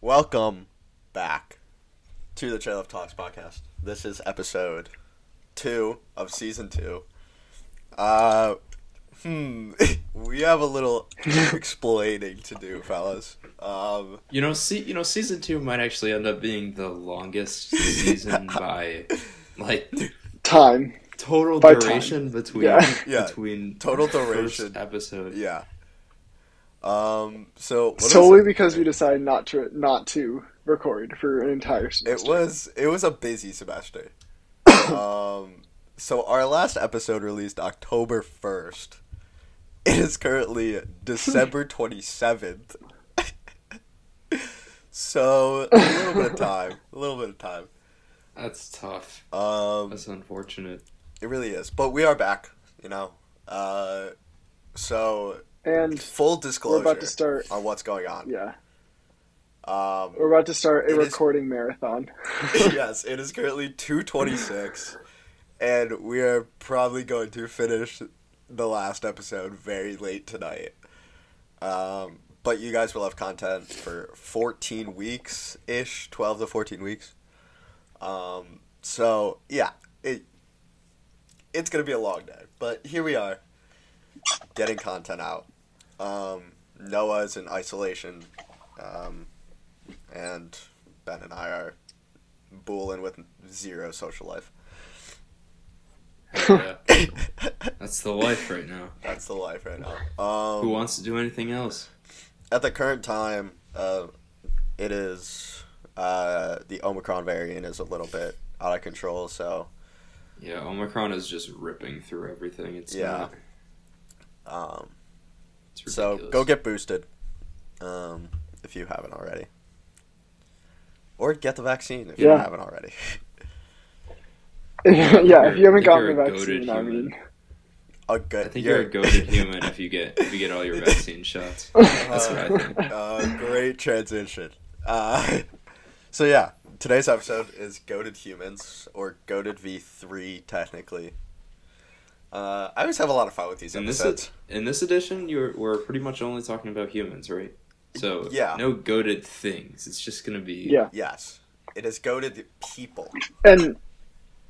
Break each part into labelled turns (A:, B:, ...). A: Welcome back to the Trail of Talks podcast. This is episode two of season two. Uh, hmm, we have a little explaining to do, fellas. Um,
B: You know, see, you know, season two might actually end up being the longest season by, like,
C: Time.
B: total
C: By time.
B: duration between
C: Yeah.
A: Yeah,
B: between
A: total
B: first
A: duration.
B: episode.
A: yeah. Um, so what is
C: solely
A: it?
C: because we decided not to not to record for an entire
A: it
C: semester.
A: was it was a busy semester. um, so our last episode released October first. It is currently December twenty seventh. so a little bit of time, a little bit of time.
B: That's tough.
A: Um,
B: That's unfortunate.
A: it really is, but we are back. You know, uh, so
C: and
A: full disclosure
C: to start-
A: on what's going on.
C: yeah,
A: Um,
C: we're about to start a
A: It is-
C: recording marathon.
A: yes, it is currently 226 and we are probably going to finish the last episode very late tonight. Um, but you guys will have content for 14 weeks ish, 12 to 14 weeks. Um, so yeah, it it's going to be a long day, but here we are getting content out. Um, Noah's in isolation. Um, and Ben and I are Boolean with zero social life.
B: Yeah, that's the life right now.
A: That's the life right now.
B: Who
A: Um,
B: wants to do anything else?
A: at the current time, uh, it is uh, the Omicron variant is a little bit out of control. So
B: Yeah, Omicron is just ripping through everything. It's
A: Yeah.
B: not.
A: um,
B: It's
A: so
B: ridiculous.
A: go get boosted um, if you haven't already, or get the vaccine if you
C: Yeah.
A: haven't already.
C: yeah, if you haven't
B: If
C: gotten the
B: you're a goated
C: vaccine, I
B: human.
C: mean,
A: A
B: I
A: good.
B: think you're a goaded human if you get if you get all your vaccine shots. That's what I think.
A: Uh, great transition. Uh, so yeah, today's episode is goaded humans or goaded V three technically. Uh, I always have a lot of fun with these
B: In this,
A: episodes.
B: in this edition, you're, we're pretty much only talking about humans, right? So
A: Yeah.
B: no goaded things. It's just gonna be
C: yeah.
A: yes, it is goaded people.
C: And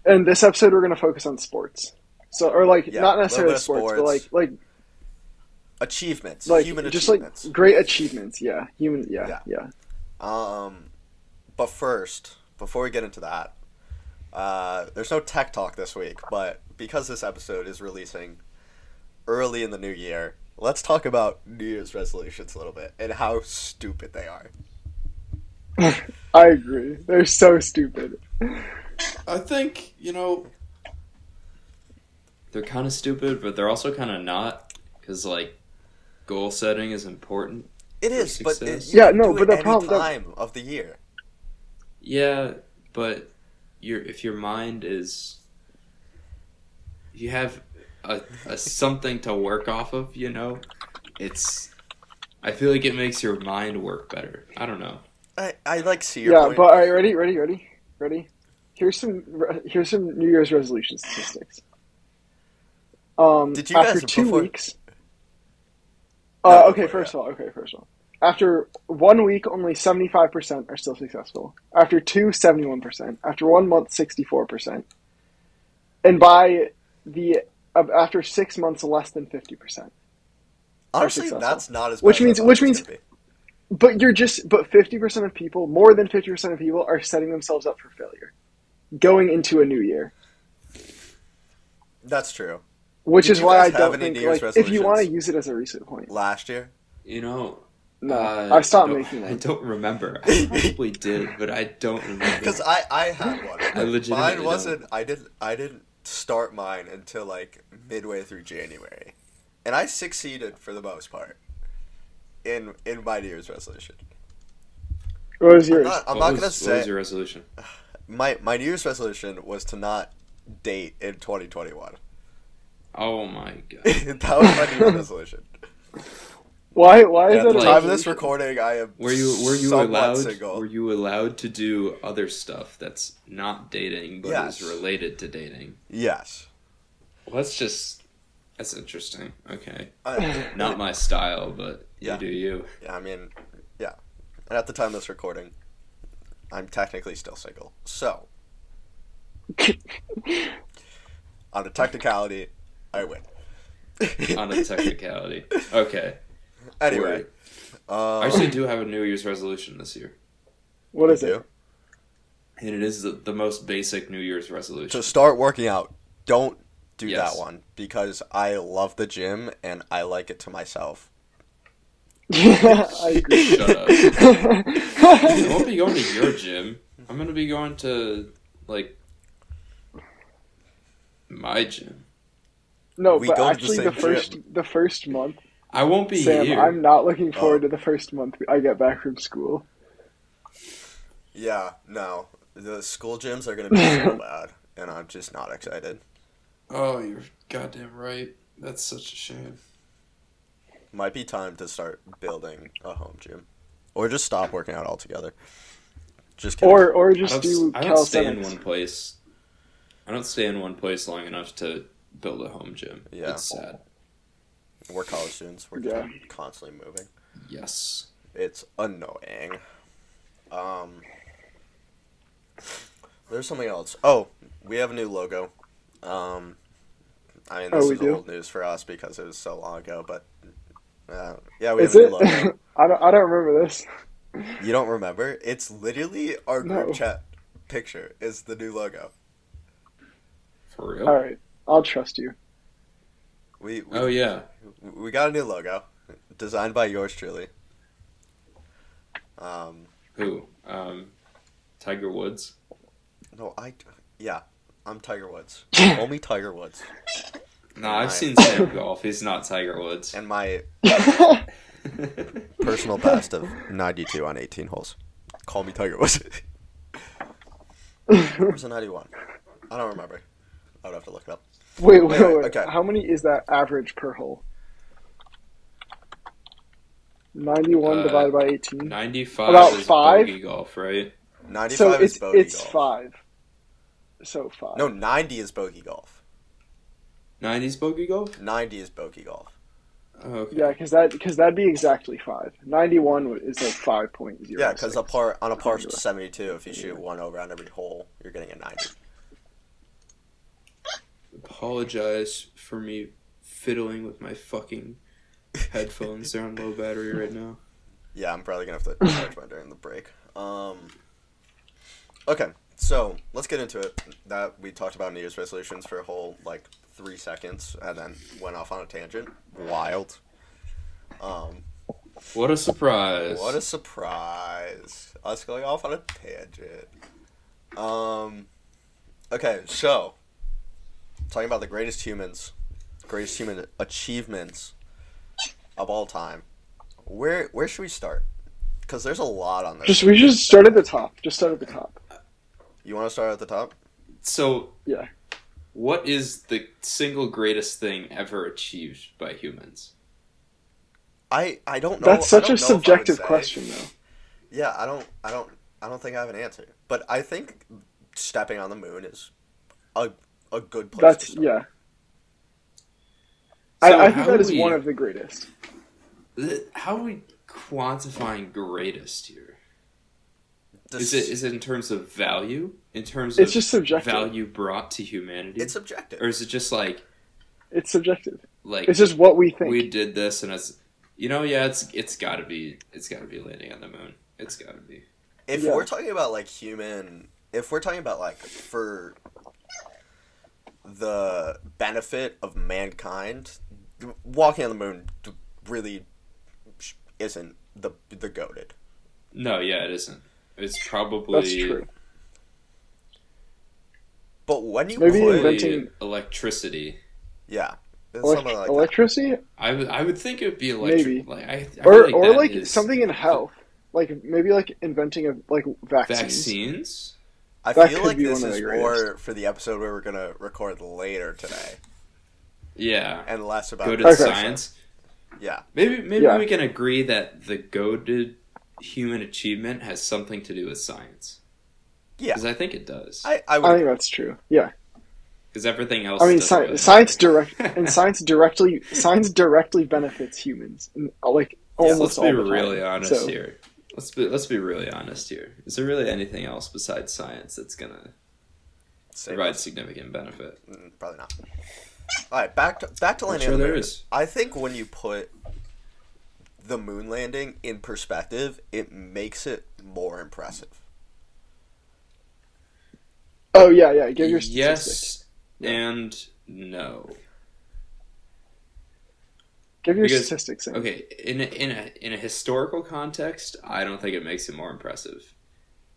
C: and this episode, we're gonna focus on sports. So, or like
A: Yeah,
C: not
A: a little bit
C: necessarily
A: of
C: sports, but
A: sports.
C: like like
A: Achievements,
C: like
A: human
C: just
A: achievements.
C: like great achievements. Yeah, human. Yeah,
A: Yeah.
C: yeah.
A: Um, but first, before we get into that, uh, there's no tech talk this week, but because this episode is releasing early in the new year, let's talk about New Year's resolutions a little bit and how stupid they are.
C: I agree. They're so stupid.
B: I think you know they're kind of stupid, but they're also kind of not because like goal setting is important.
A: It
B: For
A: is, but it,
B: success.
A: you
C: Yeah,
A: can
C: no,
A: do
C: but
A: it
C: the
A: any
C: problem- the-
A: time of the year.
B: Yeah, but your if your mind is if you have a, a something to work off of, you know, it's. I feel like it makes your mind work better. I don't know.
A: I, I like see your
C: Yeah,
A: point.
C: but all right, ready, ready, ready, ready. Here's some here's some New Year's resolution statistics. Um,
A: Did you
C: after
A: guys
C: two
A: before-
C: weeks?
A: No,
C: Uh,
A: before,
C: okay, first of all, okay, first of all, after one week, only seventy five percent are still successful. After two, 71 percent. After one month, sixty four percent. And by the uh, after six months, less than fifty percent.
A: Honestly,
C: successful.
A: that's not as bad
C: Which
A: as I
C: means-
A: thought it
C: which
A: was
C: means-
A: gonna be.
C: But you're just but fifty percent of people, more than fifty percent of people, are setting themselves up for failure going into a new year.
A: that's true.
C: Which
A: Did
C: is
A: you
C: why
A: guys
C: I
A: have
C: don't
A: any
C: think
A: New Year's
C: like if you want to
A: resolutions?
C: use it as a reset point.
A: Last year,
B: You know,
C: No,
B: uh,
C: I stopped
B: don't-
C: making
B: I
C: them.
B: don't remember. I probably did, but I don't remember.
A: because I I had one. but
B: legitimately
A: mine
B: don't.
A: wasn't. I didn't. I didn't start mine until like midway through January, and I succeeded for the most part in in my New Year's resolution.
C: What was
A: I'm
C: yours?
A: not, I'm
B: What
A: not
B: was-
A: gonna
B: What
A: say
B: was your resolution?
A: my my New Year's resolution was to not date in 2021.
B: Oh my god!
A: that was my New Year's resolution.
C: Why? Why is
A: At
C: that?
A: the
C: a
B: like-
A: time of this
C: resolution?
A: recording, I am
B: Were you were you
A: somewhat
B: allowed
A: single.
B: were you allowed to do other stuff that's not dating but
A: Yes.
B: is related to dating?
A: Yes.
B: Well, that's just that's interesting. Okay,
A: I,
B: not my style, but
A: Yeah.
B: you do you.
A: I mean, yeah. and at the time of this recording, I'm technically still single. So, on a technicality, I win.
B: on a technicality. Okay.
A: Anyway,
B: word. I
A: um,
B: actually do have a New Year's resolution this year,
C: What is
A: do.
C: it?
B: and it is the, the most basic New Year's resolution.
A: to start working out. Don't do
B: Yes.
A: that one because I love the gym and I like it to myself.
C: Yeah, I agree.
B: Shut up. I won't be going to your gym. I'm gonna be going to like my gym.
C: no,
A: We
C: but
A: go to the
C: actually,
A: same
C: the, first the first month,
B: I won't be
C: Sam,
B: here.
C: I'm not looking forward
A: Oh.
C: to the first month I get back from school.
A: Yeah, no. The school gyms are going to be so bad, and I'm just not excited.
B: Oh, you're goddamn right. That's such a shame.
A: Might be time to start building a home gym, or just stop working out altogether. Just kidding.
C: Or or
B: I
C: just
B: don't,
C: do
B: I don't stay in
C: calisthenics.
B: one place. I don't stay in one place long enough to build a home gym.
A: Yeah.
B: It's sad.
A: we're college students. We're
C: Yeah.
A: just constantly moving.
B: Yes.
A: It's annoying. Um, there's something else. Oh, we have a new logo. Um, I mean,
C: Oh,
A: this
C: we
A: is
C: do?
A: old news for us because it was so long ago, but uh, yeah, we
C: Is
A: have a
C: it?
A: new logo.
C: I don't I don't remember this.
A: you don't remember? It's literally our group
C: No.
A: chat picture is the new logo.
B: For real?
C: All right, I'll trust you.
A: We we,
B: Oh yeah.
A: we got a new logo designed by yours truly. Um,
B: Who? Um, Tiger Woods.
A: no, I yeah, I'm Tiger Woods. Only Tiger Woods.
B: No, I've
A: Nice.
B: seen Sam golf. He's not Tiger Woods.
A: and my
C: I
A: personal best of 92 on 18 holes. Call me Tiger Woods. Where's the 91? I don't remember. I would have to look it up.
C: Wait, wait,
A: Anyway,
C: wait.
A: okay.
C: How many is that average per hole? 91
B: Uh,
C: divided by 18.
B: Ninety-five
C: About
B: is
C: five?
B: bogey golf, right?
A: 95
C: So
A: is
C: it's
A: bogey
C: it's
A: golf.
C: 5. So 5.
A: No, 90 is bogey golf.
B: Nineties bogey golf.
A: 90 is bogey golf.
B: Oh, okay.
C: Yeah, cuz that cuz that'd be exactly 5. 91 w- is like 5.0.
A: Yeah, because a par on a par 72, if you
C: Yeah.
A: shoot one over on every hole, you're getting a 90.
B: Apologize for me fiddling with my fucking headphones. They're on low battery right now.
A: Yeah, I'm probably gonna have to charge mine during the break. Um, okay, so let's get into it. That we talked about New Year's resolutions for a whole like three seconds, and then went off on a tangent. Wild. Um,
B: What a surprise!
A: what a surprise! Us going off on a tangent. Um, okay, so talking about the greatest humans, greatest human achievements of all time. Where where should we start? Because there's a lot on this.
C: Just we should start at the top. Just start at the top.
A: You want to start at the top?
B: so
C: Yeah.
B: What is the single greatest thing ever achieved by humans?
A: I I don't know.
C: That's
A: I
C: such a
A: don't know if I would
C: subjective
A: say-
C: question though.
A: Yeah, I don't I don't I don't think I have an answer. But I think stepping on the moon is a a good place. to
C: That's
A: start.
C: yeah. I, I think
B: how
C: that is
B: we-
C: one of the greatest.
B: Th- How are we quantifying greatest here? Is
A: This-
B: it is it in terms of value? In terms of
C: It's just subjective.
B: value brought to humanity?
A: it's subjective.
B: or is it just like
C: It's subjective.
B: like
C: It's just what we think.
B: we did this and it's you know yeah it's it's got to be it's got to be landing on the moon. It's got to be.
A: if
C: Yeah.
A: we're talking about like human if we're talking about like for the benefit of mankind walking on the moon d- really sh- isn't the the goaded
B: No, yeah, it isn't. It's probably
C: That's true.
A: but when you
C: Maybe
A: put,
C: invent-
B: probably
C: Inventing-
B: electricity.
A: yeah it's
C: Elec-
A: something like that.
C: electricity,
B: I would I would think it would be electric.
C: Maybe.
B: Like I, I feel
C: or
B: like
C: or
B: that
C: like
B: is-
C: something in health, like maybe like inventing a like vaccines.
B: vaccines.
A: I
C: That
A: feel
C: could
A: like
C: be
A: this
C: one of
A: is
C: the
A: more for the episode where we're gonna record later today,
B: Yeah.
A: and less about
B: Go to
C: Okay.
B: science.
A: yeah.
B: Maybe maybe
C: Yeah.
B: we can agree that the goaded human achievement has something to do with science.
A: Yeah.
B: Because I think it does.
A: I I
C: I
A: would
C: think that's true. Yeah,
B: Because everything else.
C: I mean,
B: doesn't
C: sci-
B: really
C: science
B: matter.
C: direct and science directly science directly benefits humans, in, like
B: Yeah,
C: almost
B: let's
C: all
B: be
C: the time.
B: really honest
C: So,
B: here. Let's be let's be really honest here. Is there really anything else besides science that's gonna
A: Same.
B: provide significant benefit?
A: Mm, probably not. All right, back to back to
B: I'm
A: landing.
B: sure
A: on the
B: there
A: moon.
B: is.
A: I think when you put the moon landing in perspective, it makes it more impressive.
C: Oh yeah, yeah. Give your statistics.
B: yes and no.
C: Give your
B: because-
C: statistics. Sam.
B: Okay, in a, in a in a historical context, I don't think it makes it more impressive,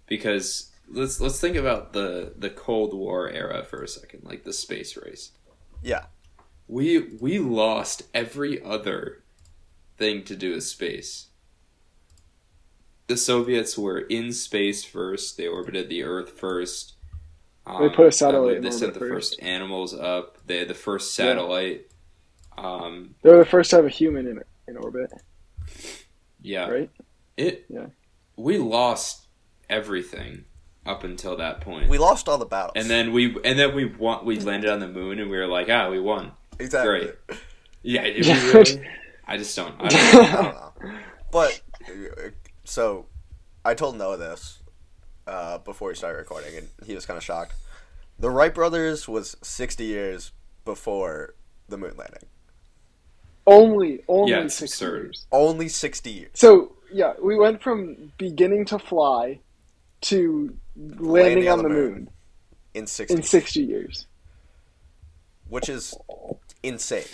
B: because let's let's think about the the Cold War era for a second, like the space race.
A: Yeah.
B: we we lost every other thing to do with space. The Soviets were in space first. They orbited the Earth first. Um,
C: They put a
B: I
C: satellite
B: believe
C: in
B: They sent the
C: orbit
B: first animals up. They had the first satellite. Um,
C: They were the first to have a human in in orbit.
B: Yeah.
C: Right?
B: It.
C: Yeah.
B: We lost everything up until that point.
A: We lost all the battles.
B: and then we and then we won, we landed on the moon and we were like, ah, we won.
A: exactly.
B: great. Yeah. Did
C: Yeah.
B: we really? I just don't. I don't
A: I don't know. But uh, so I told Noah this uh, before we started recording, and he was kind of shocked. The Wright brothers was 60 years before the moon landing.
C: only only
B: Yeah, it's
C: 60
B: absurd.
C: years.
A: Only 60 years.
C: So yeah, we went from beginning to fly to landing, on, the moon,
A: in 60,
C: in sixty years.
A: which is insane.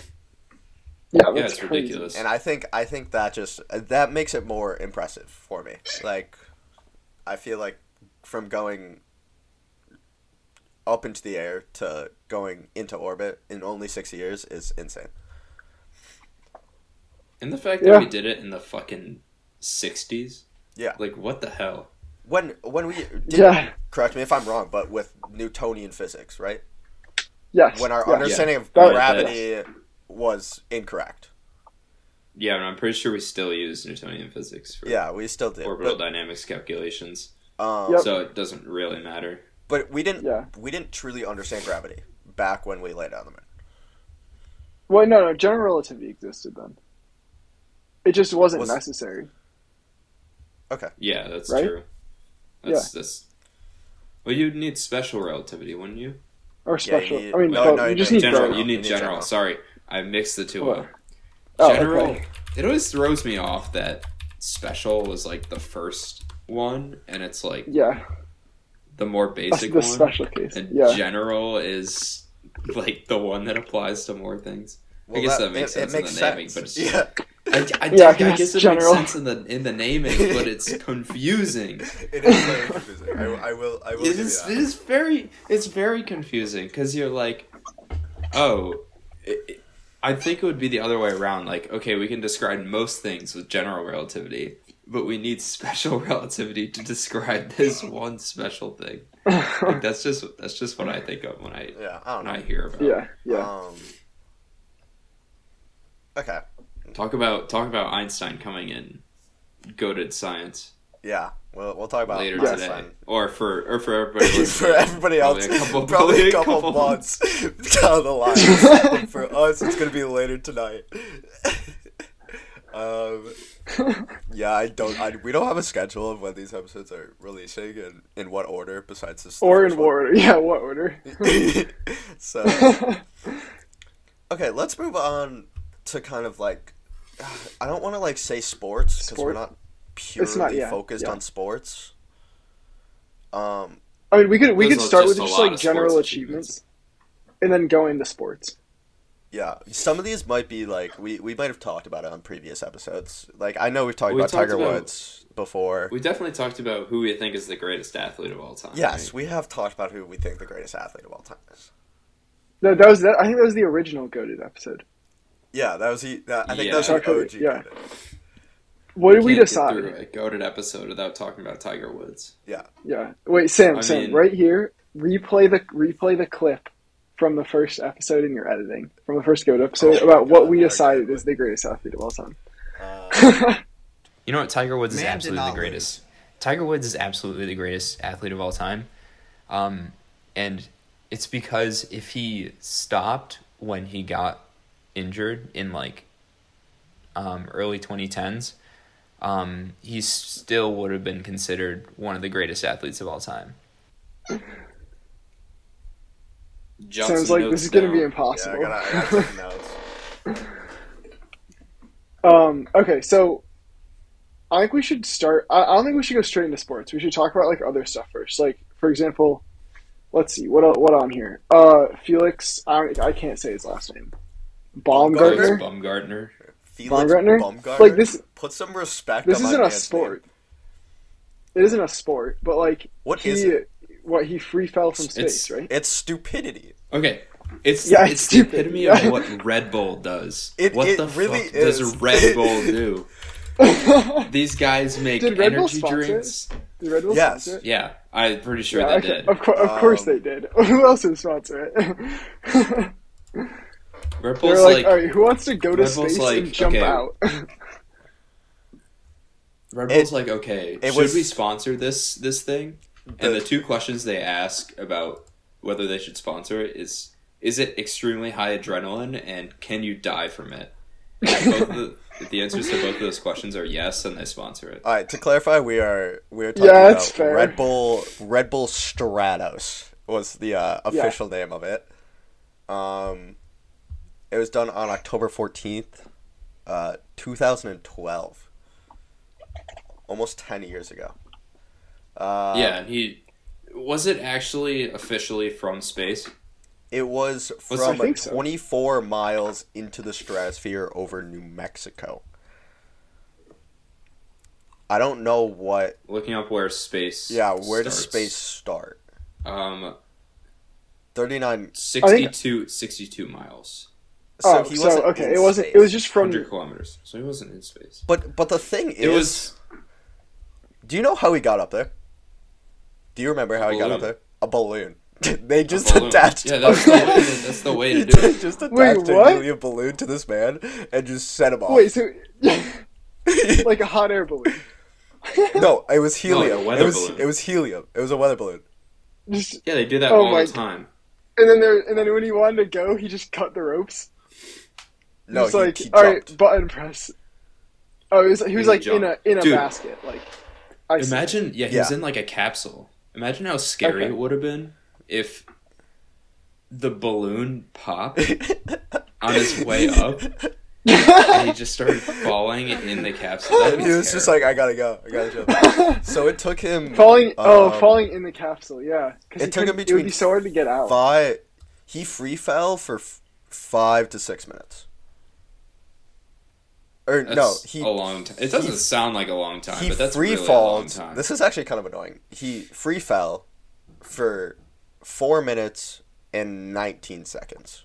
C: Yeah, that's
B: yeah, it's
C: crazy.
B: ridiculous.
A: And I think I think that just that makes it more impressive for me. Like I feel like from going up into the air to going into orbit in only 6 years is insane.
B: And the fact that
C: Yeah.
B: we did it in the fucking sixties.
A: Yeah.
B: Like what the hell?
A: When when we did,
C: Yeah.
A: correct me if I'm wrong, but with Newtonian physics, right?
C: Yes.
A: When our
C: yeah.
A: understanding of
C: That-
A: gravity was incorrect.
B: Yeah, and I'm pretty sure we still use Newtonian physics for
A: Yeah, we still did.
B: orbital dynamics calculations.
A: But, um,
C: Yep.
B: So it doesn't really matter.
A: but we didn't
C: Yeah.
A: we didn't truly understand gravity back when we landed on the moon.
C: Well, no, no. General relativity existed then. It just wasn't
A: Was-
C: necessary.
B: Yeah, that's
C: Right?
B: true. That's that's well you'd need special relativity, wouldn't you?
C: Or
A: Yeah, you
C: special.
A: need-
C: I mean,
A: no,
C: both.
A: no,
C: you
A: you
C: just
A: need
C: need
B: General,
A: general.
B: you
A: You
B: need
A: need
B: general.
A: general.
B: Sorry. I mixed the two
C: What?
B: up.
C: Oh, okay.
B: General it always throws me off that special was like the first one and it's like
C: Yeah,
B: the more
C: that's
B: basic
C: the
B: one.
C: special case.
B: and
C: Yeah,
B: general is like the one that applies to more things. I guess that, makes sense in the naming, but it's just,
A: yeah.
B: I, I,
C: Yeah,
B: I guess
C: it's
B: it
C: general.
B: makes sense in the in the naming, but it's confusing.
A: It is very confusing. I, will- I will. I will.
B: it
A: give
B: is
A: you
B: it
A: that.
B: is very it's very confusing because you're like, oh, it, it- I think it would be the other way around. Like, okay, we can describe most things with general relativity, but we need special relativity to describe this one special thing. Like, that's just that's just what I think of when I
A: Yeah, I don't
B: when
A: know.
B: I hear about.
C: yeah, yeah.
A: Um, okay.
B: Talk about talk about Einstein coming in, goaded science
A: Yeah. We'll we'll talk about
B: later
A: Einstein.
B: today, or for or for everybody.
A: For
B: listening.
A: everybody else,
B: Probably a couple-
A: probably a couple, months down the line. But for us, it's gonna be later tonight. um, yeah, I don't. I, we don't have a schedule of when these episodes are releasing and in what order, besides this. the
C: Or
A: first
C: in what
A: one.
C: order? Yeah, what order?
A: so okay, let's move on to kind of like I don't want to like say sports because we're
C: Sport?
A: not
C: not-
A: purely
C: yeah,
A: focused
C: yeah.
A: on sports. Um,
C: I mean, we could we
B: There's
C: could
B: a-
C: start
B: just
C: with
B: a
C: just
B: lot
C: like
B: of
C: general
B: sports
C: achievements, and then go into sports.
A: yeah, some of these might be like we we might have talked about it on previous episodes. Like I know we've talked
B: We
A: about
B: talked
A: Tiger
B: about-
A: Woods before.
B: We definitely talked about who we think is the greatest athlete of all time.
A: yes,
B: right?
A: we have talked about who we think the greatest athlete of all time is.
C: No, that was that. I think that was the original goaded episode.
A: Yeah, that was the. That, I think
B: Yeah.
A: that was the
C: Exactly,
A: OG.
C: yeah.
A: candidate.
C: What did we
B: Can't get
C: decide?
B: through a goaded episode without talking about Tiger Woods.
C: Yeah. Wait, Sam,
B: I
C: Sam,
B: mean-
C: right here. Replay the replay the clip from the first episode in your editing from the first goaded episode
A: Oh,
C: about
A: God,
C: what we
A: okay.
C: decided is the greatest athlete of all time.
A: Uh,
D: You know what? Tiger Woods is
E: Man did
D: absolutely the
E: not
D: greatest. Tiger Woods is absolutely the greatest athlete of all time. Um, and it's because if he stopped when he got injured in like um, early 2010s, um, he still would have been considered one of the greatest athletes of all time.
B: Johnson
C: Sounds like
B: notes
C: this is going to be
B: down.
A: Yeah,
C: impossible.
A: I gotta, I gotta take notes.
C: Um, okay, so I think we should start. I, I don't think we should go straight into sports. We should talk about like other stuff first. Like for example, let's see what el- what on here. Uh, Felix. I don't- I can't say his last name.
A: Baumgartner?
C: Baumgartner.
D: Baumgartner.
A: Felix
C: Baumgartner?
A: Baumgartner?
C: Like, this-
A: Put some respect.
C: This
A: on my
C: isn't a
A: man's
C: sport.
A: name.
C: It isn't a sport, but like
A: What
C: he,
A: is it?
C: What he free fell from
B: It's-
C: space, right?
A: It's stupidity.
B: Okay. It's,
C: Yeah,
B: it's
C: it's
B: the
C: stupid.
B: epitome
C: Yeah.
B: of what Red Bull does.
A: It-
B: what
A: it
B: the
A: really
B: fuck does
A: is.
B: Red Bull do?
C: Did
B: These guys make
C: Did Red Bull
B: energy
C: sponsor it?
B: drinks.
C: Red Bull
A: Yes.
C: sponsor it?
B: Yeah, I'm pretty sure
C: Yeah,
B: they
C: okay.
B: did.
C: Of, cour- of course
A: Um,
C: they did. Who else would sponsor it?
B: Red
C: They're
B: Bull's
C: like,
B: like,
C: all right, who wants to go to
B: Red Bull's
C: space
B: like,
C: and jump
B: okay.
C: out?
B: Red
A: It-
B: Bull's like, okay,
A: it
B: should
A: was-
B: we sponsor this this thing? and
A: The-
B: the two questions they ask about whether they should sponsor it is: is it extremely high adrenaline, and can you die from it? And both of the, the answers to both of those questions are yes, and they sponsor it.
A: All right, to clarify, we are we are talking
C: Yeah,
A: about
C: that's fair.
A: Red Bull Red Bull Stratos was the uh, official name of it. Um, it was done on October fourteenth, uh, two thousand and twelve. Almost ten years ago. Uh,
B: yeah, and he was it actually officially from space?
A: It was
B: What's-
A: from
C: I think so.
A: 24 miles into the stratosphere over New Mexico. I don't know what.
B: Looking up where space.
A: Yeah, where does
B: starts.
A: space start?
B: Um,
A: 39.
B: 62, 62 miles,
C: oh,
A: he
C: so
A: wasn't
C: okay,
A: in
C: it wasn't.
A: space.
C: It was just from.
B: hundred kilometers. So he wasn't in space.
A: But but the thing is,
B: It was
A: do you know how he got up there? Do you remember how he got up
B: balloon.
A: there? A balloon. they just
B: balloon.
A: attached.
B: Yeah, that's the way. To, that's the way to do
A: They
B: it.
A: just attached
C: Wait,
A: a
C: what?
A: helium balloon to this man and just sent him off.
C: Wait, so like a hot air balloon,
A: no, it was
B: No, like a
A: helium. it
B: weather
A: was
B: balloon.
A: it was helium. It was a weather balloon.
C: just
B: Yeah, they do that
C: Oh
B: all
C: my-
B: the time.
C: and then there, and then when he wanted to go, he just cut the ropes. He
A: No,
C: was
A: he,
C: like,
A: he
C: all
A: jumped.
C: right, button press. Oh, he was, he was
B: He
C: like
B: jumped.
C: in a in a
B: Dude.
C: basket, like. I see.
B: Imagine, yeah, he was
A: Yeah.
B: in like a capsule. Imagine how scary
C: Okay.
B: it would have been if the balloon popped on his way up and he just started falling in the capsule. That
A: he was just like, I gotta go. I gotta jump. so it took him
C: falling. oh,
A: um,
C: falling in the capsule. Yeah, because
A: it took him
C: It would
A: between
C: be so hard to get out.
A: Five. He free fell for f- five to six minutes. Or no, he
B: a long time. It doesn't sound like a long time,
A: he
B: but that's
A: free
B: really a long
A: falls.
B: time.
A: This is actually kind of annoying. He free fell for four minutes and nineteen seconds.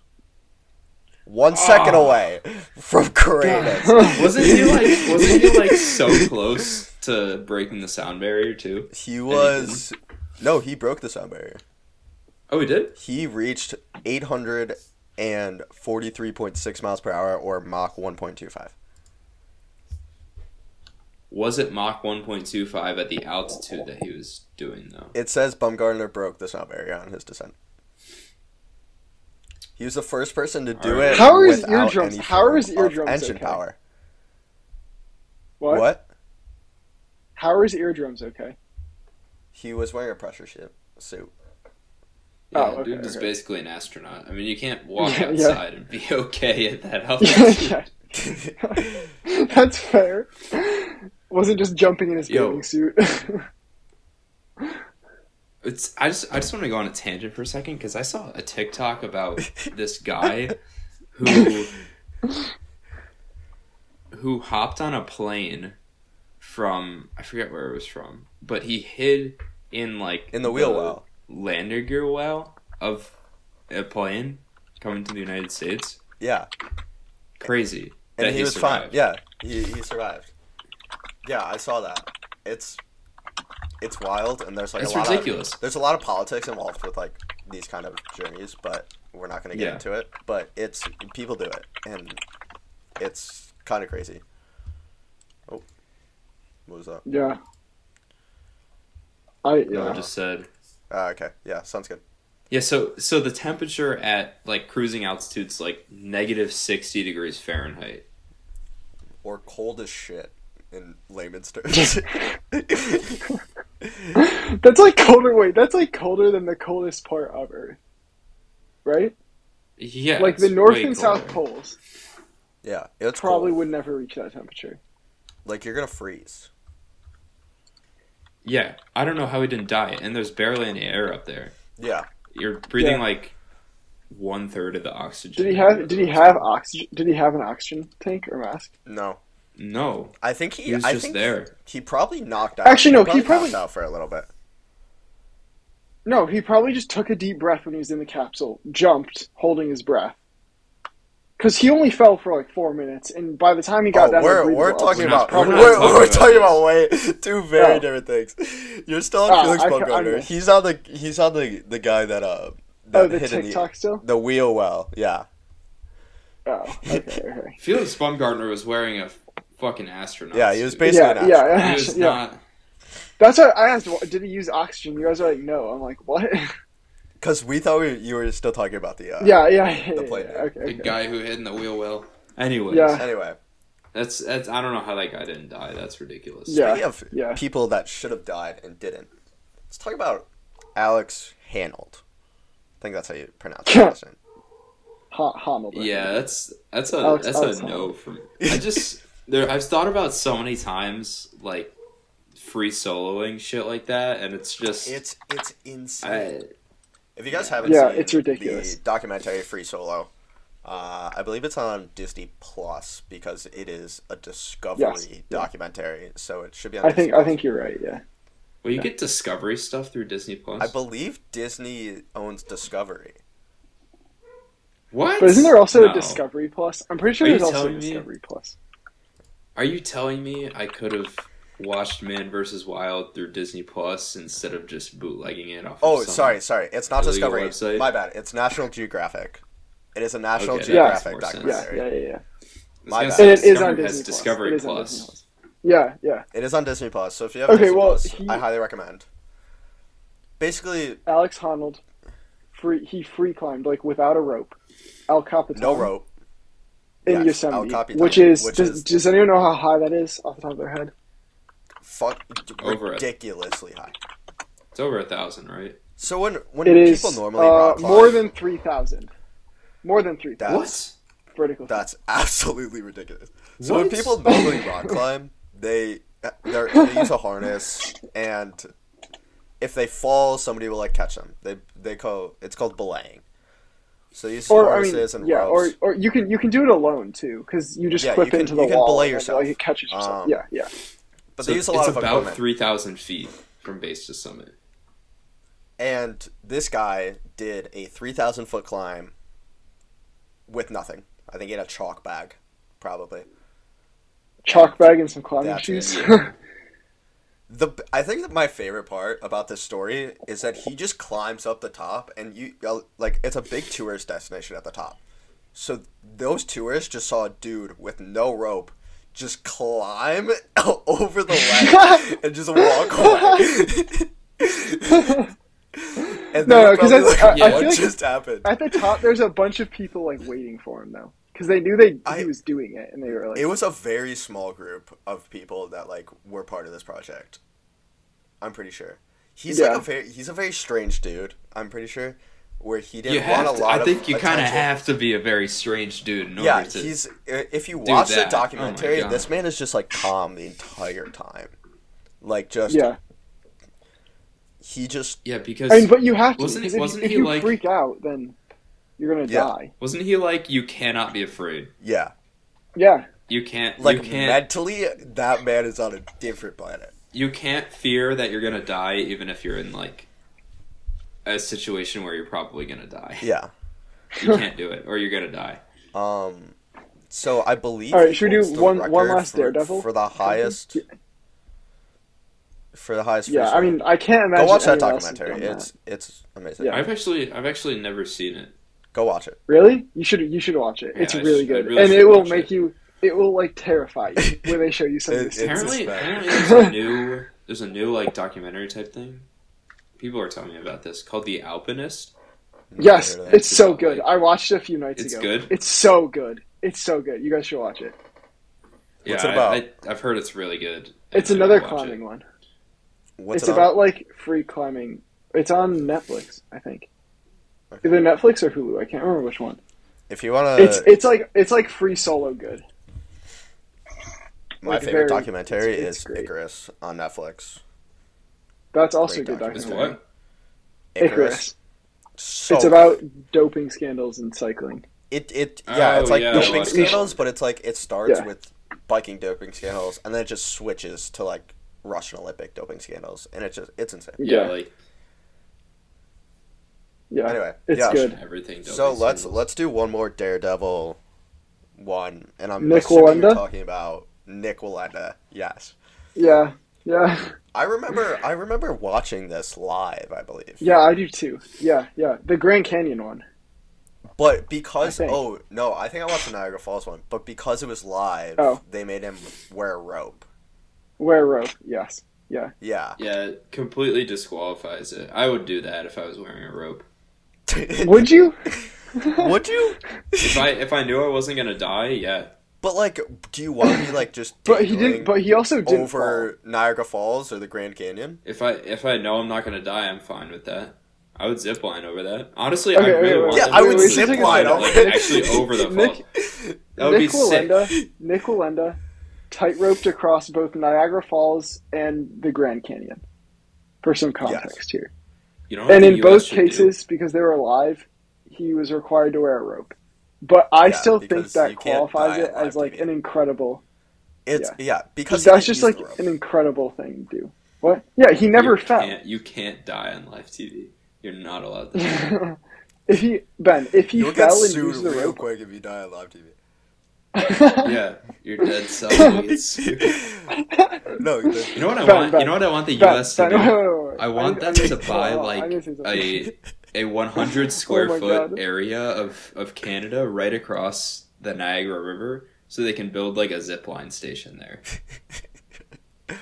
A: One second
B: Ah.
A: away from greatness.
B: wasn't he like? Wasn't he like so close to breaking the sound barrier too?
A: He was. No, he broke the sound barrier.
B: Oh, he did.
A: He reached 843.6 miles per hour or Mach 1.25.
B: Was it Mach one point two five at the altitude that he was doing though?
A: It says Bumgarner broke the sound barrier on his descent. He was the first person to do
B: Alright.
A: it.
C: How are his
A: without
C: eardrums-
A: any
C: how are his
A: form of
C: eardrums
A: Engine
C: okay?
A: power.
C: what?
A: what?
C: How are his eardrums okay?
A: He was wearing a pressure suit. suit.
B: Yeah,
C: Oh, okay,
B: dude was
C: okay.
B: basically an astronaut. I mean, you can't walk
C: Yeah, yeah.
B: outside and be okay at that altitude.
C: yeah, that's fair. Wasn't just jumping in his
B: Yo.
C: bathing suit.
B: it's I just I just want to go on a tangent for a second because I saw a TikTok about this guy who who hopped on a plane from I forget where it was from, but he hid in like
A: In the wheel well.
B: lander gear well of a plane coming to the United States.
A: Yeah.
B: Crazy.
A: And
B: that
A: he, was fine.
B: survived.
A: Yeah. He, he survived. Yeah, I saw that. It's it's wild and there's like
B: It's
A: a lot of
B: ridiculous.
A: there's a lot of politics involved with like these kind of journeys, but we're not going to get
B: Yeah.
A: into it. But it's people do it, and it's kind of crazy. Oh, what was that?
C: yeah. I yeah.
B: Noah just said
A: Uh, okay, yeah, sounds good.
B: Yeah, so so the temperature at like cruising altitude's like negative sixty degrees Fahrenheit.
A: Or cold as shit. in layman's terms.
C: That's like colder. Wait, that's like colder than the coldest part of Earth, right?
B: Yeah,
C: like the
B: it's
C: North
B: way
C: and South
B: colder.
C: poles
A: yeah, it's
C: probably
A: probably
C: would never reach that temperature.
A: like you're gonna freeze.
B: Yeah, I don't know how he didn't die. And there's barely any air up there.
A: Yeah,
B: You're breathing
C: Yeah.
B: like one third of the oxygen.
C: Did he have? Did he have oxygen? Did he have an oxygen tank or mask?
A: no,
B: No,
A: I think he.
B: he was
A: I
B: just
A: think
B: there.
A: He probably knocked out.
C: Actually, no, he probably-
A: knocked out for a little bit.
C: No, he probably just took a deep breath when he was in the capsule, jumped, holding his breath. Because he only fell for like four minutes, and by the time he got
A: Oh,
C: down, to
A: we're,
C: breathable
A: we're talking
C: oxygen,
A: about
B: We're
A: we're,
B: not
A: we're,
B: talking about
A: talking
B: this.
A: about way two very
C: No.
A: different things. You're still on
C: Ah,
A: Felix
C: I ca- I
A: Baumgartner.
C: missed.
A: He's on the he's on the the guy that uh that e-
C: oh, the
A: hit in
C: TikTok still.
A: the the wheel well. Yeah,
C: Oh, okay, okay.
B: Felix Baumgartner was wearing a fucking astronaut.
A: Yeah, he was
B: suit.
A: basically- an
C: yeah,
B: He
C: yeah,
B: was
C: yeah.
B: not.
C: That's what I asked. Did he use oxygen? You guys are like, no. I'm like, what?
A: because we thought we, you were still talking about the uh,
C: yeah, yeah, yeah.
A: The
C: yeah,
A: plane.
C: yeah, okay,
B: The
C: okay.
B: guy who hit in the wheel well. Anyways,
C: Yeah.
A: Anyway,
B: that's that's. I don't know how that guy didn't die. That's ridiculous.
C: Yeah.
A: speaking of
C: yeah.
A: people that should have died and didn't, let's talk about Alex Hanold. I think that's how you pronounce
C: Yeah.
A: it.
C: Ha- Hamel.
B: Yeah, that's that's a
C: Alex-
B: that's
C: Alex
B: a no for me. I just there I've thought about so many times like free soloing shit like that, and it's just
A: It's it's insane.
B: I,
A: If you guys haven't
C: Yeah,
A: seen
C: it's ridiculous.
A: the documentary Free Solo, uh, I believe it's on Disney Plus because it is a discovery
C: Yes, yeah.
A: documentary, so it should be on
C: I
A: Disney
C: think I
A: Plus.
C: think you're right. Yeah.
B: well, you get Discovery stuff through Disney Plus.
A: I believe Disney owns Discovery.
B: what?
C: But isn't there also
B: No.
C: a Discovery Plus? I'm pretty sure
B: Are you
C: there's also a
B: telling me?
C: Discovery Plus.
B: Are you telling me I could have watched Man vs. Wild through Disney Plus instead of just bootlegging it off?
A: Oh,
B: of some-
A: sorry, sorry. It's not
B: illegal
A: Discovery.
B: website?
A: My bad. It's National Geographic. It is a National
B: Okay, that
C: makes
A: Geographic
B: more sense.
C: Yeah,
A: documentary.
C: yeah, yeah, yeah.
B: I was
A: my
B: gonna
A: bad.
B: say
C: And it is on
B: Discovery has
C: Disney Plus.
B: Discovery
C: It is on
B: Plus.
C: Disney Plus. Yeah, yeah.
A: It is on Disney Plus, so if you have
C: Okay,
A: Disney
C: well,
A: Plus,
C: he-
A: I highly recommend. Basically,
C: Alex Honnold, free he free climbed like without a rope, El Capitan.
A: no rope.
C: in
A: Yes, El
C: Yosemite,
A: Capitan,
C: which is
A: which
C: does,
A: is-
C: does anyone know how high that is off the top of their head?
A: Fuck,
B: Over it.
A: ridiculously high.
B: It's over a thousand, right?
A: So when when
C: It
A: people
C: is
A: normally
C: uh,
A: rock
C: more
A: climb-
C: than three thousand, more than three
A: That-
C: thousand
B: What?
A: That's-
C: vertical.
A: That's absolutely ridiculous. So when
B: What?
A: people normally rock climb, they they're, they use a harness, and if they fall, somebody will like catch them. They they call it's called belaying. So you use
C: Or I mean,
A: harnesses and
C: yeah, or,
A: ropes.
C: or you can you can do it alone too, because you just
A: Yeah,
C: clip
A: you can-
C: into
A: you
C: the
A: can
C: wall,
A: belay
C: and,
A: yourself.
C: like it catches yourself.
A: Um,
C: yeah, yeah.
A: but
B: So
A: they use a lot
B: it's
A: of
B: about
A: equipment.
B: three thousand feet from base to summit.
A: And this guy did a three thousand foot climb with nothing. I think he had a chalk bag, probably.
C: Chalk bag and some climbing
A: That's
C: shoes.
A: it. The I think that my favorite part about this story is that he just climbs up the top, and you uh, like it's a big tourist destination at the top. So those tourists just saw a dude with no rope just climb over the ledge and just walk away. and
C: No,
A: they were
C: no,
A: probably
C: 'cause that's- I-
B: I
A: what
C: feel like-
A: just happened?
C: At the top, there's a bunch of people like waiting for him though, because they knew they
A: I-
C: he was doing it, and they were like,
A: It was a very small group of people that like were part of this project. I'm pretty sure. He's like
C: Yeah.
A: a very he's a very strange dude. I'm pretty sure. Where he
B: You
A: didn't want
B: have
A: a
B: to,
A: lot
B: I
A: of.
B: think you kind of
A: attention.
B: have to be a very strange dude in order
A: Yeah,
B: to.
A: he's. If you watch the
B: that. Oh my
A: documentary,
B: God.
A: this man is just like calm the entire time. Like just
C: yeah.
A: he just
B: Yeah, because
C: I mean, but you have to.
B: Wasn't he-
C: 'cause if,
B: wasn't
C: you, if
B: he,
C: you
B: like-
C: freak out, then you're gonna
A: Yeah.
C: die.
B: wasn't he like you cannot be afraid?
A: yeah
C: Yeah,
B: You can't
A: like
B: you can't
A: mentally that man is on a different planet.
B: you can't fear that you're gonna die even if you're in like a situation where you're probably gonna die.
A: Yeah.
B: You can't do it or you're gonna die.
A: Um. So I believe.
C: All right,
A: he
C: should we
A: holds
C: do
A: the
C: one- one
A: record
C: last
A: for,
C: Daredevil
A: for the highest? For the highest.
C: yeah.
A: freeze
C: I mean, I can't
A: go
C: imagine.
A: watch that
C: anyone else has
A: documentary.
C: done that.
A: It's it's amazing.
C: Yeah.
B: I've actually I've actually never seen it.
A: Go watch it.
C: really you should you should watch it.
B: Yeah,
C: it's
B: I
C: really
B: should- I
C: good,
B: really
C: and
B: should
C: it will
B: watch
C: make
B: it.
C: you. It will like terrify you when they show you some of
A: It-
C: this.
A: it's-
C: stuff.
B: Apparently
A: bad.
B: apparently there's a new there's a new like documentary type thing. People are telling me about this called The Alpinist.
C: Yes,
A: Yeah.
C: it's so
B: about,
C: good.
B: like-
C: I watched it a few nights
B: It's
C: ago.
B: good?
C: It's so good. It's so good. You guys should watch it.
B: Yeah,
A: What's it
B: I,
A: about?
B: I, have heard it's really good. and
C: It's
B: I
C: another
B: watch it.
C: climbing one.
A: What's
C: it's
A: it
C: about like free climbing. It's on Netflix, I think.
A: Okay. Uh,
C: Either Netflix or Hulu. I can't remember which one.
A: If you wanna,
C: it's it's like it's like free solo good.
A: my
C: like
A: favorite
C: very-
A: documentary
C: it's- it's
A: is
C: great.
A: Icarus on Netflix.
C: That's also a
A: Great
C: good
A: documentary.
C: documentary.
B: It's what?
C: Icarus.
A: So
C: it's about doping scandals and cycling.
A: it it yeah,
B: Oh,
A: it's like
B: yeah, I
A: doping
B: watched
C: that.
A: scandals, but it's like it starts
C: Yeah.
A: with biking doping scandals, and then it just switches to like Russian Olympic doping scandals, and it's just it's insane.
B: Yeah,
C: Yeah,
B: like
C: yeah,
A: Anyway,
C: it's
A: yeah.
C: good.
B: everything.
A: So
B: Dopey
A: let's
B: singles.
A: let's do one more Daredevil one, and I'm
C: Nick
A: assuming you're
C: Walenda?
A: talking about Nick Walenda. Yes,
C: Yeah, yeah,
A: I remember I remember watching this live, I believe.
C: yeah. I do too. Yeah, yeah. The Grand Canyon one.
A: But because
C: I think.
A: oh no, I think I watched the Niagara Falls one, but because it was live,
C: Oh.
A: they made him wear a rope.
C: Wear a rope. Yes. Yeah.
A: Yeah.
B: Yeah, it completely disqualifies it. I would do that if I was wearing a rope.
C: Would you?
A: Would you?
B: If I if I knew I wasn't gonna die, yeah.
A: But like, do you want to be like just
C: But he
A: dangling
C: didn't. But he also didn't. fall.
A: over Niagara Falls or the Grand Canyon?
B: If I if I know I'm not gonna die, I'm fine with that. I would zip line over that. Honestly, I
C: Okay,
B: really
C: wait, wait,
B: want.
A: Yeah,
B: them
A: I
B: to
A: would
B: do
A: zip
B: it,
A: line
B: like,
A: over it.
B: actually over the fall.
C: Nick-
B: That would be
C: Nick
B: sick.
C: Walenda, Nick Walenda tightroped across both Niagara Falls and the Grand Canyon. For some context here.
B: You know, what
C: And
B: the
C: in
B: US
C: both
B: should do?
C: cases, because they were alive, he was required to wear a rope. But I
A: Yeah,
C: still think
A: because
C: that
A: you can't
C: qualifies
A: die
C: it
A: alive
C: as
A: to
C: like
A: me.
C: an incredible.
A: It's yeah, because he
C: that's
A: didn't use
C: just like
A: the rope.
C: an incredible thing to do. What? Yeah, he never
B: you
C: fell.
B: Can't, you can't die on live TV. You're not allowed to. die.
C: if he Ben, if he
A: You'll get
C: fell and
A: sued
C: used the
A: real
C: rope,
A: quick if you die on live TV.
B: yeah, your dead self will get sued.
A: No, the-
B: You know what I
C: Ben,
B: want?
C: Ben,
B: you know what I want the
C: Ben,
B: U.S. to
C: Ben,
B: do?
C: wait, wait, wait, wait.
B: I want
C: need-
B: them
C: need
B: to
C: say-
B: buy
C: hold on, Oh, I
B: like
C: need to say Oh something.
B: a a 100 square
C: my
B: foot
C: God.
B: area of of Canada right across the Niagara River, so they can build like a zip line station there.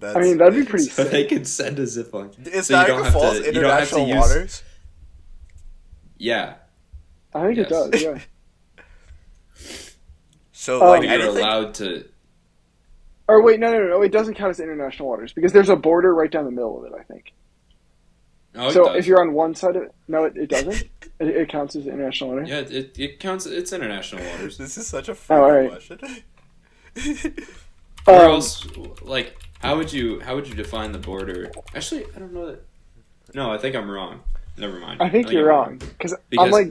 A: that's,
C: I mean, that'd be pretty
B: So they
C: sick.
B: can send a zip line.
A: Is
B: so you don't
A: Niagara
B: have to-
A: Falls
B: you don't have to
A: international
B: use-
A: waters?
B: Yeah,
C: I think it
B: Yes.
C: does. Yeah.
A: So
C: Oh.
A: like
B: you're
A: anything,
B: allowed to.
C: Or wait, no, no, no, no. It doesn't count as international waters because there's a border right down the middle of it. I think.
B: Oh, it
C: so
B: does.
C: if you're on one side of it, no, it, it doesn't. it, it counts as international waters.
B: yeah, it, it counts. It's international waters.
A: this is such a
C: Oh, all right.
A: freaking question.
B: Or
C: Um,
B: else, like, how would you how would you define the border? Actually, I don't know that. No, I think I'm wrong. Never mind.
C: I think you're
B: I'm
C: wrong because I'm
B: Because-
C: like,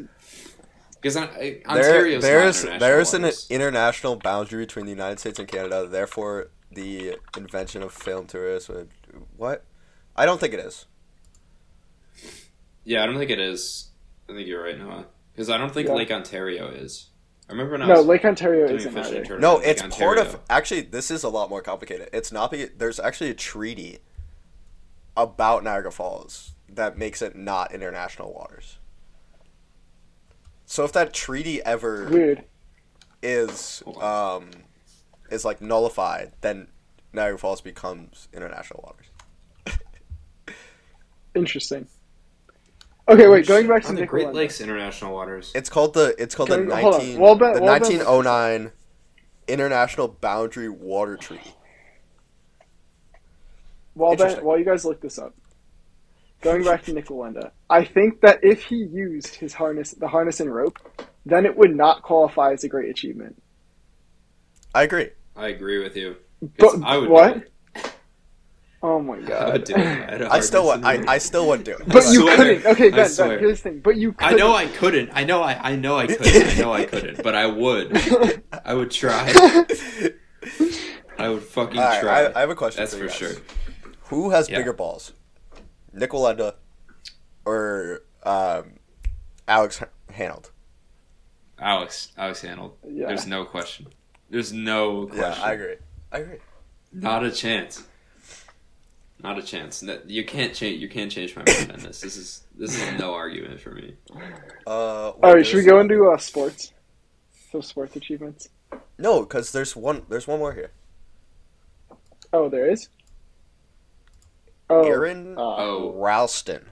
B: Because I, I,
A: there,
B: Ontario's
A: there's
B: not
A: there's an
B: international waters.
A: international boundary between the United States and Canada. Therefore, the invention of film tourists. Would, what? I don't think it is.
B: Yeah, I don't think it is. I think you're right, Noah. Because I don't think
C: Yeah.
B: Lake Ontario is. I remember when I
C: no,
B: was
C: Lake Ontario
B: doing
C: isn't
B: fishing
C: either.
B: tournament
A: No,
B: in Lake
A: it's part of.
B: Ontario.
A: Actually, this is a lot more complicated. It's not be. There's actually a treaty about Niagara Falls that makes it not international waters. So if that treaty ever
C: Weird.
A: is
B: Hold
A: um is like nullified, then Niagara Falls becomes international waters.
C: Interesting. Okay, wait. Going back to
B: on the
C: Nick
B: Great
C: Walenda.
B: Lakes international waters.
A: It's called the it's called the
C: Can we- hold on.
A: nineteen
C: Well, but-
A: the
C: well, but-
A: nineteen oh nine International Boundary Water Treaty.
C: While that,
A: Interesting.
C: while you guys look this up, going back to Nick Walenda, I think that if he used his harness, the harness and rope, then it would not qualify as a great achievement.
A: I agree.
B: I agree with you. 'Cause
C: But
B: I would
C: what? Oh my god!
B: I would do it. I'd
A: I still want I,
B: harvest
A: I still wouldn't do it.
C: But
B: I
C: you
B: swear.
C: couldn't.
B: I
C: Okay, Ben,
B: swear.
C: ben here's the thing. But you
B: I
C: couldn't.
B: know I couldn't. I know I, I know I couldn't. I know I couldn't. But I would. I would try. I would fucking
A: Alright,
B: try.
A: I, I have a question.
B: That's
A: for,
B: for
A: you guys.
B: sure.
A: Who has
B: Yeah.
A: bigger balls, Nicolenda or um, Alex Hanold?
B: Alex, Alex Hanold.
C: Yeah.
B: There's no question. There's no
A: Yeah,
B: question.
A: I agree. I agree.
B: Not a chance. Not a chance. No, you can't change. You can't change my mind on this. This is this is no argument for me.
A: Uh,
C: All right, should we go into uh, sports? Some sports achievements.
A: No, because there's one. There's one more here.
C: Oh, there is. Oh,
A: Aaron
C: uh,
B: Oh,
A: Ralston.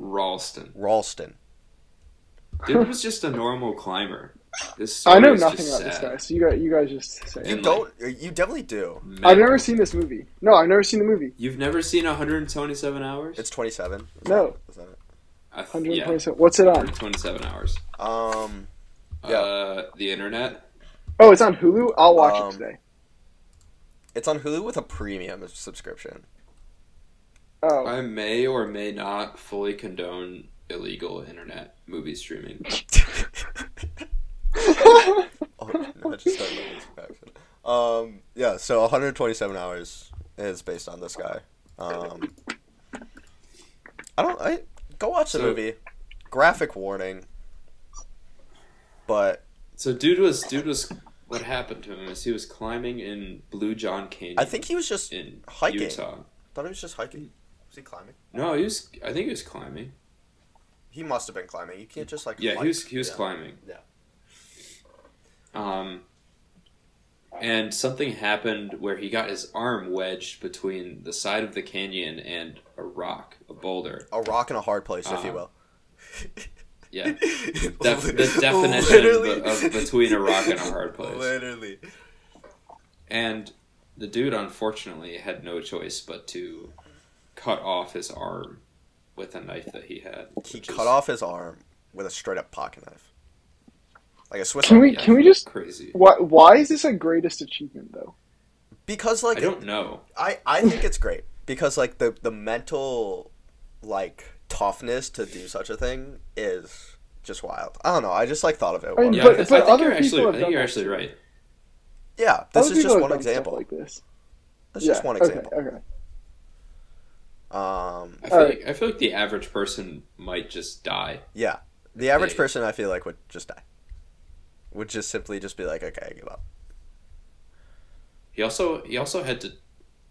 B: Ralston.
A: Ralston.
B: Dude was just a normal climber. This
C: I
B: story
C: know
B: is
C: nothing
B: just
C: about this
B: sad.
C: guy, so you guys, you guys just say.
A: You
C: it.
B: And,
A: don't. uh, you definitely do.
B: Man,
C: I've never seen this movie. No, I've never seen the movie.
B: You've never seen 127 hours?
A: It's twenty seven.
C: No.
A: Is that it?
B: I th- yeah,
C: 127. What's it on?
B: 127 hours.
A: Um. Yeah.
B: Uh, the internet.
C: Oh, it's on Hulu. I'll watch
A: Um,
C: it today.
A: It's on Hulu with a premium subscription.
C: Oh,
B: I may or may not fully condone illegal internet movie streaming.
A: Oh, no, I just started losing traction. Um, yeah, so 127 hours is based on this guy. Um, I don't. I go watch the
B: So-
A: movie. Graphic warning. But
B: So dude was dude was what happened to him is he was climbing in Blue John Canyon.
A: I think he was just.
B: in
A: hiking.
B: Utah.
A: Thought he was just hiking. Was he climbing?
B: No, he was. I think he was climbing.
A: He must have been climbing. You can't just like.
B: Yeah,
A: hike.
B: he was. He was
A: Yeah.
B: climbing.
A: Yeah.
B: Um, and something happened where he got his arm wedged between the side of the canyon and a rock, a boulder.
A: A rock in a hard place, if you
B: Uh,
A: will.
B: Yeah,
A: Def-
B: Def- the definition of, of between a rock and a hard place.
A: Literally.
B: And the dude, unfortunately, had no choice but to cut off his arm with a knife that he had.
A: He
B: which
A: cut
B: is
A: off his arm with a straight up pocket knife. Like a Swiss
C: can
A: Army
C: we
B: yeah,
C: can we just
B: crazy.
C: why why is this a greatest achievement though?
A: because like
B: I don't know.
A: I, I think it's great because like the the mental like toughness to do such a thing is just wild. I don't know. I just like thought of it.
C: I mean,
A: One-
B: Yeah,
C: But-
B: I, th-
C: but
B: I think
C: other
B: you're
C: people
B: actually. I
C: have
B: think
C: done
B: you're
C: that.
B: actually right.
A: yeah, this
C: Other
A: is
C: people
A: just
C: have
A: one
C: done stuff
A: example.
C: like this.
A: this is
C: yeah.
A: just one
C: okay,
A: example.
C: Okay.
A: Um,
B: I feel,
C: Alright.
B: like, I feel like the average person might just die.
A: yeah, the average
B: They-
A: person I feel like would just die. Would just simply just be like, okay, I give up.
B: He also he also had to.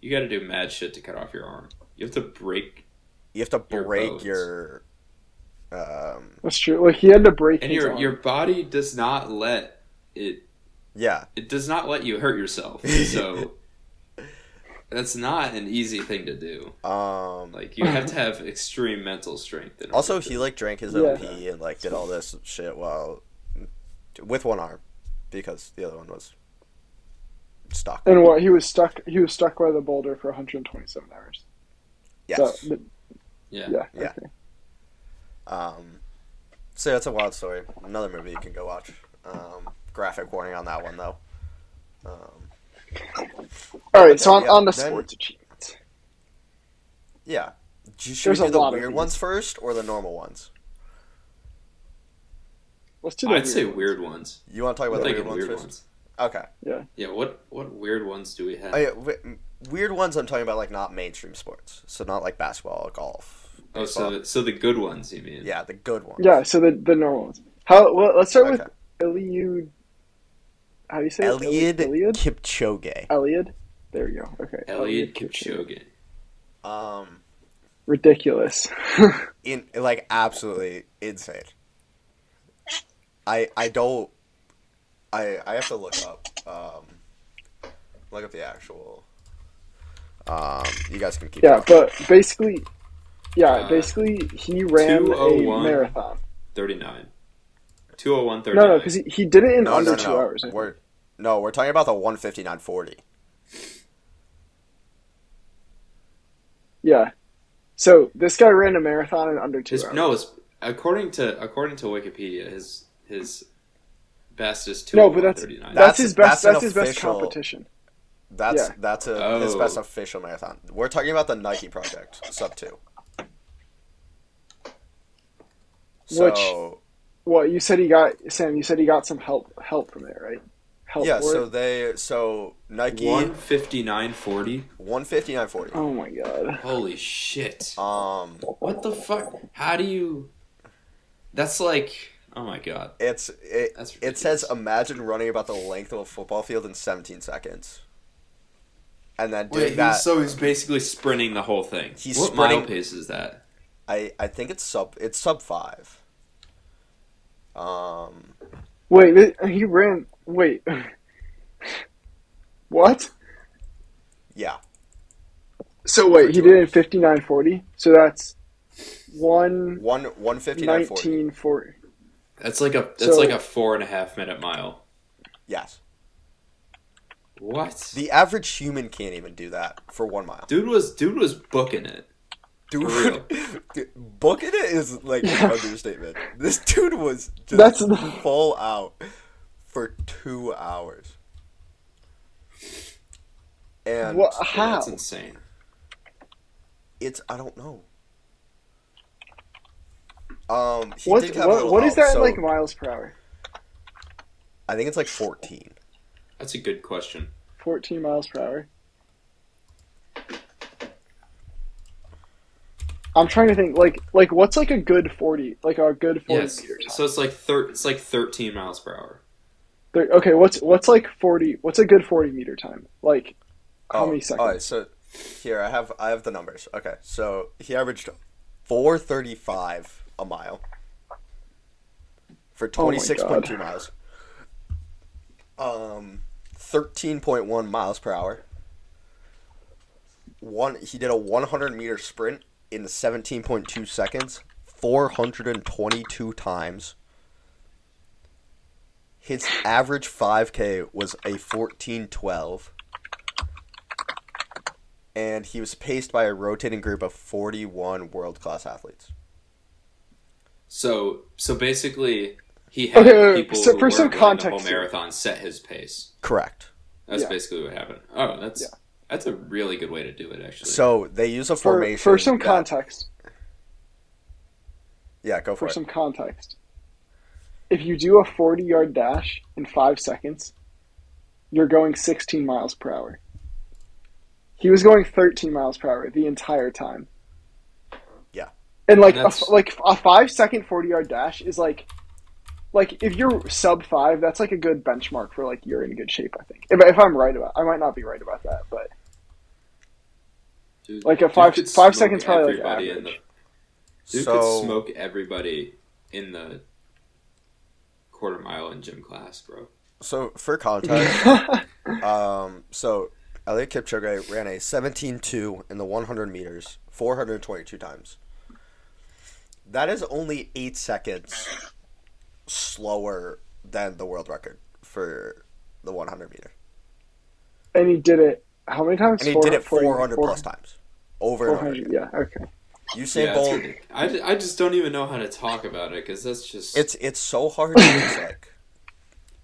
B: You got to do mad shit to cut off your arm. You have to break
A: You have to
B: Your
A: break
B: bones.
A: your. Um,
C: That's true. Like he had to break
B: and
C: his
B: your
C: arm.
B: your body does not let it.
A: yeah,
B: It does not let you hurt yourself. So that's not an easy thing to do.
A: um,
B: Like you have to have extreme mental strength. In order
A: Also,
B: to-
A: he like drank his
C: Yeah.
A: own pee and like did all this shit while with one arm because the other one was stuck.
C: and what he was stuck he was stuck by the boulder for 127 hours.
A: Yes.
C: So, but-
B: yeah.
C: yeah.
A: Yeah.
C: Okay.
A: Um, so that's a wild story. Another movie you can go watch. Um, graphic warning on that one though. Um,
C: All right. So on,
A: Yeah,
C: on the
A: then-
C: sports achievements.
A: yeah. Do you- Should we
C: There's a
A: do the
C: lot of
A: weird
C: these.
A: ones first or the normal ones?
C: Let's do the
B: I'd say
C: ones.
B: weird ones.
A: You want to talk
B: I'm
A: about the
B: thinking
A: weird ones
B: weird
A: first?
B: ones.
A: Okay.
B: Yeah. What what weird ones do we have?
A: Oh, yeah, w- weird ones. I'm talking about like not mainstream sports, so not like basketball, golf.
B: oh,
A: baseball.
B: so so the good ones you mean?
A: yeah, the good ones.
C: Yeah. So the the normal ones. How? Well, let's start
A: Okay.
C: with Eliud. How do you say it?
A: Eliud
C: Eliud.
A: Kipchoge.
C: Eliud. There we go. Okay.
B: Elliot Kipchoge.
A: Um,
C: Ridiculous.
A: in like absolutely insane. I I don't. I I have to look up um, look up the actual. Um, you guys can keep.
C: yeah,
A: going.
C: but basically, yeah,
B: Uh,
C: basically he ran a
B: 2:01.
C: marathon.
B: 39. 201
C: No, no, because he, he did it in under two hours. I think.
A: We're no, we're talking about the one fifty nine forty.
C: Yeah. So this guy ran a marathon in under two
B: his,
C: hours.
B: no, his, according to according to Wikipedia, his his best is
C: No, but that's
B: 2:01:39.
C: that's,
A: That's-
C: his
A: that's
C: best.
A: an
C: That's his best
A: official-
C: competition.
A: That's
C: Yeah.
A: that's a
B: Oh.
A: his best official marathon. We're talking about the Nike project sub two. So,
C: Well, you said he got Sam. You said he got some help help from it, right? Help.
A: yeah,
C: for
A: so
C: it?
A: they so Nike
B: 159.40.
A: one fifty nine forty.
C: Oh my god.
B: Holy shit.
A: Um,
B: What the fuck? How do you. That's like. Oh my god.
A: it's it
B: That's
A: it says
B: ridiculous.
A: imagine running about the length of a football field in seventeen seconds, and then doing
B: Wait, he's-
A: that.
B: so he's basically sprinting the whole thing.
A: He's
B: what
A: sprinting-
B: mile pace is that?
A: I I think it's sub it's sub five. Um,
C: Wait, thi- he ran. Wait. what?
A: yeah,
C: So wait,
A: two
C: he did it in
A: hours.
C: fifty nine forty. So that's one
A: one one fifty nine forty.
C: nineteen forty.
B: That's like a that's
C: So-
B: like a four and a half minute mile.
A: Yes.
B: What?
A: The average human can't even do that for one mile.
B: dude was dude was booking it.
A: Dude, booking it is like
C: Yeah.
A: an understatement. This dude was just
C: That's-
A: full out for two hours. And
C: What?
B: Yeah,
C: How?
B: that's insane.
A: it's I don't know. Um, he
C: What?
A: did have a
C: What?
A: little
C: What
A: help,
C: is that in
A: so
C: like miles per hour?
A: I think it's like fourteen.
B: That's a good question.
C: Fourteen miles per hour. I'm trying to think. Like, like what's like a good forty? Like a good forty
B: Yes.
C: meter time?
B: So it's like thir- it's like thirteen miles per hour.
C: There- okay, what's what's like forty? What's a good forty meter time? Like, how
A: Oh,
C: many
A: All
C: seconds?
A: right, so here I have I have the numbers. Okay, so he averaged four thirty five a mile for
C: Oh my
A: twenty six point two miles. Um, thirteen point one miles per hour. One he did a one hundred meter sprint in seventeen point two seconds, four hundred and twenty two times. His average 5K was a 1412. And he was paced by a rotating group of 41 world class athletes.
B: So so basically, he had
C: Okay, wait, wait,
B: people
C: so
B: who
C: for
B: were
C: some
B: running the whole
C: context here.
B: marathon set his pace.
A: Correct.
B: That's
C: Yeah.
B: basically what happened. Oh, that's
C: Yeah.
B: that's a really good way to do it, actually.
A: So they use a
C: For,
A: formation.
C: for some
A: that-
C: context,
A: Yeah, go for,
C: for
A: it.
C: some context, if you do a forty yard dash in five seconds, you're going sixteen miles per hour. He was going thirteen miles per hour the entire time.
A: Yeah.
C: and like a,
B: That's-
C: f- like a five second forty yard dash is like. Like if you're sub five, that's like a good benchmark for like you're in good shape. I think if, if I'm right about, I might not be right about that, but
B: Dude,
C: like a
B: dude
C: five-
B: could smoke
C: five seconds probably, like,
B: everybody in the-
C: average.
B: Dude
A: So-
B: could smoke everybody in the quarter mile in gym class, bro.
A: So for context, um, so Elliot Kipchoge ran a 17.2 in the 100 meters, 422 times. That is only eight seconds slower than the world record for the 100 meter.
C: And he did it how many times?
A: And he did it 400 plus times. Over and over.
C: 400,
A: again.
C: yeah, okay.
A: Usain
B: yeah, it's
A: Bolt,
B: ridic- I, ju- I just don't even know how to talk about it because that's just
A: it's, it's so hard to just, like,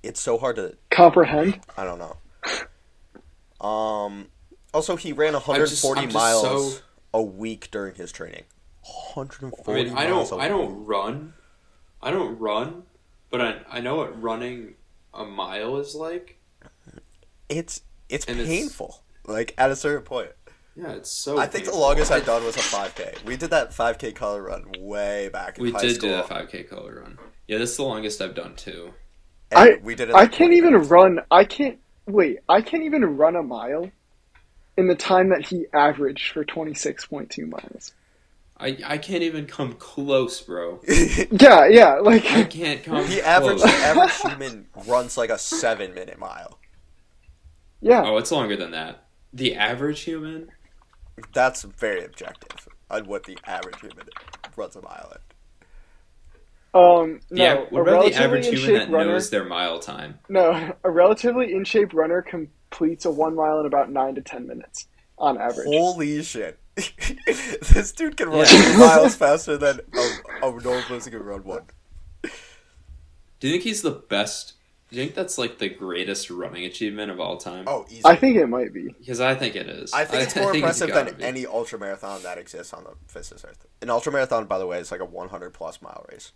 A: it's so hard to,
C: Comprehend?
A: I don't know. Um, also, he ran
B: I'm just-
A: 140
B: I'm just
A: miles
B: so-
A: a week during his training.
B: I
A: 140
B: mean, I
A: miles
B: don't
A: a
B: I
A: week.
B: don't run, I don't run, but I I know what running a mile is like.
A: It's, it's
B: And it's-
A: painful. Like, at a certain point.
B: Yeah, it's so.
A: I think the
B: painful.
A: longest I've done was a 5K. We did that 5K color run way back in
B: We
A: high
B: did
A: school.
B: do that 5K color run. Yeah, that's the longest I've done too.
A: and
C: I-
A: we did it
C: I
A: like
C: can't
A: 20
C: even
A: minutes.
C: run. I can't. Wait, I can't even run a mile in the time that he averaged for 26.2 miles.
B: I I can't even come close, bro.
C: Yeah, yeah, like.
B: I can't come.
A: the average, the
B: close.
A: average human runs like a seven minute mile.
C: Yeah,
B: Oh, it's longer than that. The average human.
A: That's very objective on what the average human runs a mile at.
C: um, no.
B: Yeah,
C: a
B: what about the
C: relatively
B: average
C: in
B: human
C: shape
B: that
C: runner,
B: knows their mile time?
C: No, a relatively in shape runner completes a one mile in about 9 to 10 minutes on average.
A: Holy shit. this dude can run
B: Yeah.
A: miles faster than a, a normal person can run one.
B: Do you think he's the best? Do you think that's like the greatest running achievement of all time?
A: Oh, easy.
C: I think it might be.
B: Because I think it is.
A: I think it's more impressive
B: gotta
A: than
B: be.
A: any ultra marathon that exists on the face of this earth. An ultra marathon, by the way, is like a 100 plus mile race,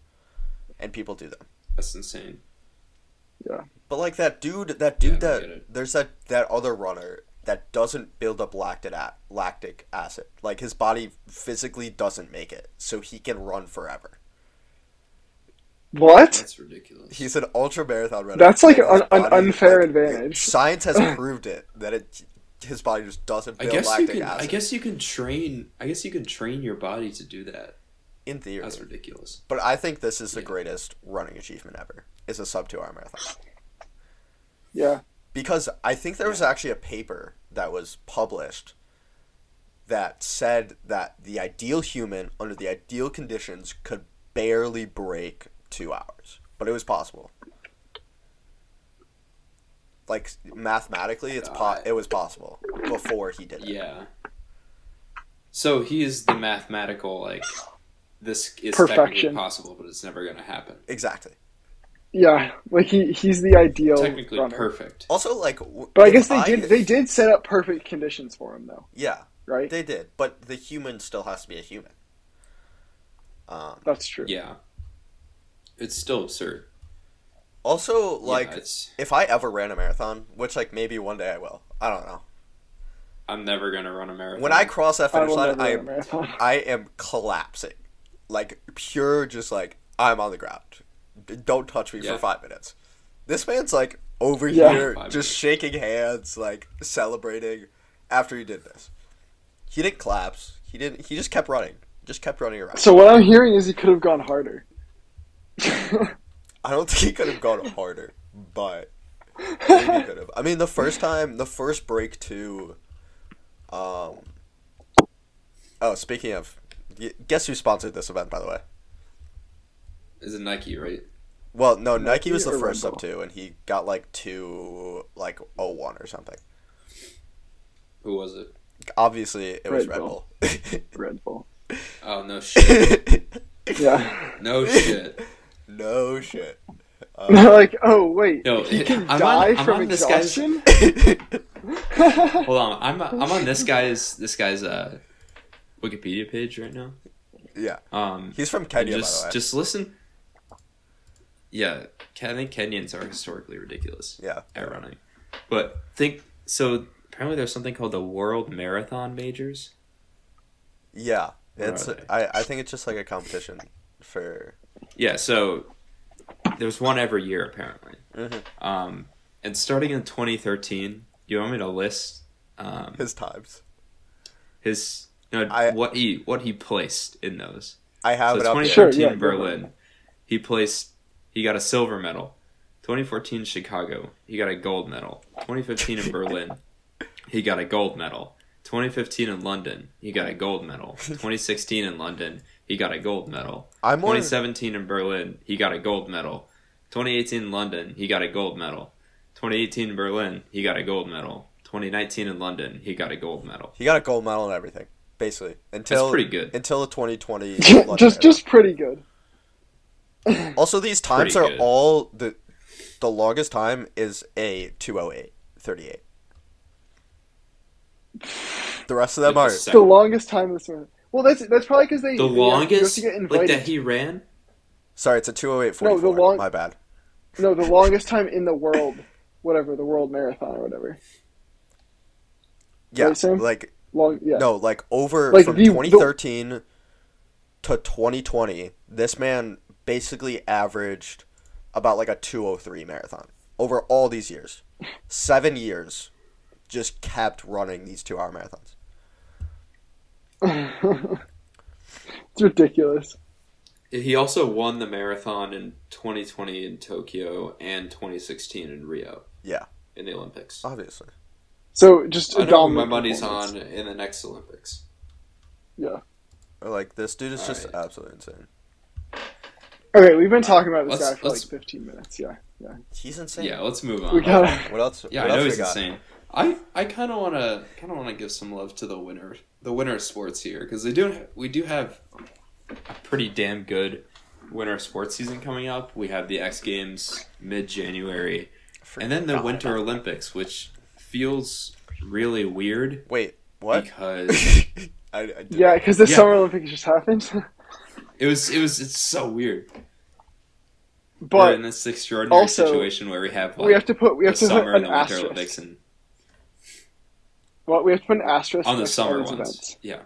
A: and people do them.
B: That's insane.
A: But like that dude, that dude,
B: Yeah, I get
A: that
B: it.
A: there's that that other runner that doesn't build up lactic at lactic acid. Like his body physically doesn't make it, so he can run forever.
C: What?
B: That's ridiculous.
A: He's an ultra marathon runner.
C: That's like
A: His
C: an, an
A: body,
C: unfair
A: like,
C: advantage.
A: Science has proved it that it his body just doesn't
B: I
A: build
B: guess you
A: lactic
B: can.
A: acid.
B: I guess you can train. I guess you can train your body to do that.
A: in theory,
B: That's ridiculous.
A: but I think this is the
B: Yeah.
A: greatest running achievement ever. Is a sub two hour marathon.
C: Yeah.
A: because I think there was actually a paper that was published that said that the ideal human under the ideal conditions could barely break two hours. but it was possible. Like mathematically, it's po- it was possible before he did it.
B: Yeah. So he is the mathematical like this is technically
C: Perfection.
B: possible, but it's never going to happen.
A: Exactly.
C: Yeah, like he, he's the ideal
B: Technically
C: runner.
B: perfect.
A: Also, like, w-
C: But I
A: if
C: guess they did they did set up perfect conditions for him though,
A: Yeah,
C: right?
A: they did. But the human still has to be a human. Um,
C: That's true.
B: Yeah. It's still absurd.
A: also,
B: Yeah,
A: like,
B: it's
A: if I ever ran a marathon, which like maybe one day I will. I don't know.
B: I'm never going to run a marathon.
A: When I cross that
C: I
A: finish
C: will never
A: line, I
C: run a
A: am,
C: marathon.
A: I am collapsing, like pure, just like I'm on the ground. D- don't touch me
B: Yeah.
A: for five minutes. This man's like over
C: Yeah.
A: here,
B: Five
A: just shaking hands, like celebrating after he did this. He didn't collapse. He didn't. He just kept running. Just kept running around.
C: So what I'm hearing is he could have gone harder.
A: I don't think he could have gone harder, but maybe he could have. I mean, the first time, the first break to, um. Oh, speaking of, y- guess who sponsored this event? By the way,
B: is it Nike, right?
A: well, no, Nike,
C: Nike
A: was the
C: or
A: first
C: Red
A: sub two, and he got like two, like oh one or something.
B: Who was it?
A: Obviously, it was Red
C: Red Bull.
A: Bull.
C: Red Bull.
B: Oh no shit.
C: Yeah.
B: No shit.
A: no shit.
C: like, oh wait,
B: No,
C: he can
B: I'm on-
C: die
B: I'm
C: from
B: on this guy's-
C: exhaustion.
B: Hold on. I'm I'm on this guy's this guy's uh Wikipedia page right now.
A: yeah,
B: Um
A: he's from
B: and
A: Kenya,
B: just
A: by the way.
B: just listen. Yeah, Ke- I think Kenyans are historically ridiculous
A: Yeah,
B: at running. But think so apparently there's something called the World Marathon Majors.
A: yeah. It's
B: Right.
A: I, I think it's just like a competition for
B: Yeah, so there's one every year apparently.
A: Mhm.
B: Um, and starting in 2013, you want me to list um,
A: his times.
B: his no,
A: I-
B: what he what he placed in those.
A: I have
B: So
A: it up. there.
B: 2013
C: Sure, yeah, go for it.
B: Berlin, he placed he got a silver medal. 2014 Chicago, he got a gold medal. 2015 in Berlin, he got a gold medal. 2015 in London, he got a gold medal. 2016 in London, he got a gold medal.
A: I'm more
B: 2017 in Berlin, he got a gold medal. 2018 in London, he got a gold medal. 2018 in Berlin, he got a gold medal. 2019 in London, he got a gold medal.
A: He got a gold medal and everything, basically. Until
B: That's pretty good.
A: Until the 2020. London
C: just,
A: era.
C: just pretty good.
A: Also, these times
B: pretty
A: are
B: good.
A: all the. The longest time is a 208 38. The rest of them
B: Like
A: are
B: the sec-
C: The longest time this one. Well, that's that's probably because they
B: The
C: they have- you have
B: longest
C: to get
B: like
C: invited.
B: that he ran?
A: sorry. It's a 208
C: No, the
A: 44.
C: long-
A: My bad.
C: No, the longest time in the world, whatever the world marathon or whatever.
A: Yeah,
C: Right, Sam?
A: like
C: Long, yeah.
A: no, like over
C: Like
A: from
C: the- the-
A: 2013 to 2020. This man basically averaged about like a 203 marathon over all these years. Seven years, just kept running these two-hour marathons.
C: it's ridiculous.
B: He also won the marathon in 2020 in Tokyo and 2016 in Rio.
A: Yeah.
B: In the Olympics.
A: Obviously,
C: So just
B: I
C: a
B: know who my
C: dominant.
B: money's
C: performance.
B: on in the next Olympics.
A: like this dude is just
B: Alright.
A: absolutely insane.
C: Okay, we've been talking about this
B: Let's-
C: guy for
B: let's- Uh-huh.
C: like 15 minutes. Yeah, yeah.
A: He's insane.
B: Yeah, let's move on.
C: We gotta.
A: What else?
B: yeah,
A: what
B: I know
A: else
B: he's
A: we got?
B: insane. I, I kind of want to kind of want to give some love to the winner the winner of sports here because they do we do have a pretty damn good winter sports season coming up. We have the X Games mid January and then the
A: Forgot
B: Winter
A: about-
B: Olympics, which feels really weird
A: Wait, what?
B: because
A: I, I didn't-
C: Yeah, because the
B: Yeah.
C: Summer Olympics just happened.
B: It was it was it's so weird. We're in
C: but
B: this extraordinary
C: also,
B: situation where we have like
C: we have to put we have
B: the
C: to put
B: summer and
C: an
B: the winter Olympics
C: asterisk.
B: and
C: Well, we have to put an asterisk
B: on the
C: next to all
B: summer
C: these
B: ones.
C: events,
B: Yeah.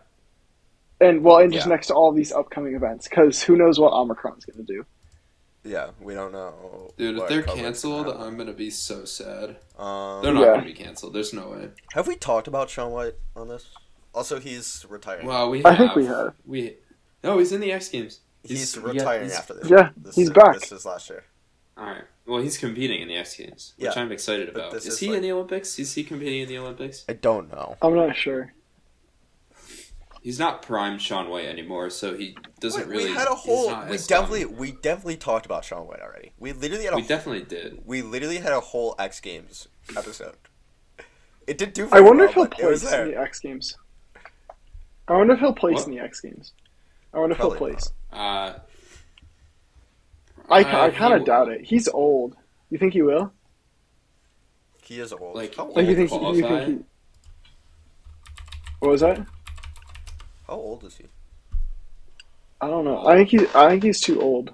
C: and well, and just
A: Yeah.
C: next to all these upcoming events, because who knows what Omicron's going to do?
A: yeah, we don't know.
B: Dude, if
A: what
B: they're
A: COVID's gonna
B: canceled,
A: happen.
B: I'm gonna be so sad.
A: um,
B: They're not
C: Yeah.
B: gonna be canceled. There's no way.
A: Have we talked about Sean White on this? Also, he's retiring.
B: Wow, we have
C: I think we have.
B: we no, he's in the X Games.
A: he's,
B: yeah,
A: retiring
B: he's-
A: after this.
C: yeah,
A: this
C: he's
A: is,
C: back.
A: This is last year.
B: Alright. Well he's competing in the X Games, which
A: Yeah.
B: I'm excited
A: But
B: about.
A: this
B: Is,
A: is
B: he
A: like-
B: in the Olympics? Is he competing in the Olympics?
A: I don't know.
C: I'm not sure.
B: he's not prime Sean White anymore, so he doesn't
A: we,
B: really.
A: we had a
B: he's
A: whole.
B: not
A: We
B: as dominant.
A: definitely we definitely talked about Sean White already. We literally had a
B: we definitely did.
A: we literally had a whole X Games episode. It did do.
C: I
A: very
C: wonder
A: well,
C: if he'll
A: Oh, but it was
C: place in
A: there.
C: the X Games. I wonder if he'll place
B: What?
C: in the X Games. I wonder if he'll
A: Probably
C: place.
B: Uh,
C: I,
B: uh,
C: I
B: he
C: kind
B: wa-
C: of doubt it. He's old. You think he will?
A: He is old.
B: Like-
A: how, old
C: Like you
B: He'll
C: think? You
B: qualify.
C: think he? What was that?
A: how old is he?
C: I don't know. I think he. I think he's too old.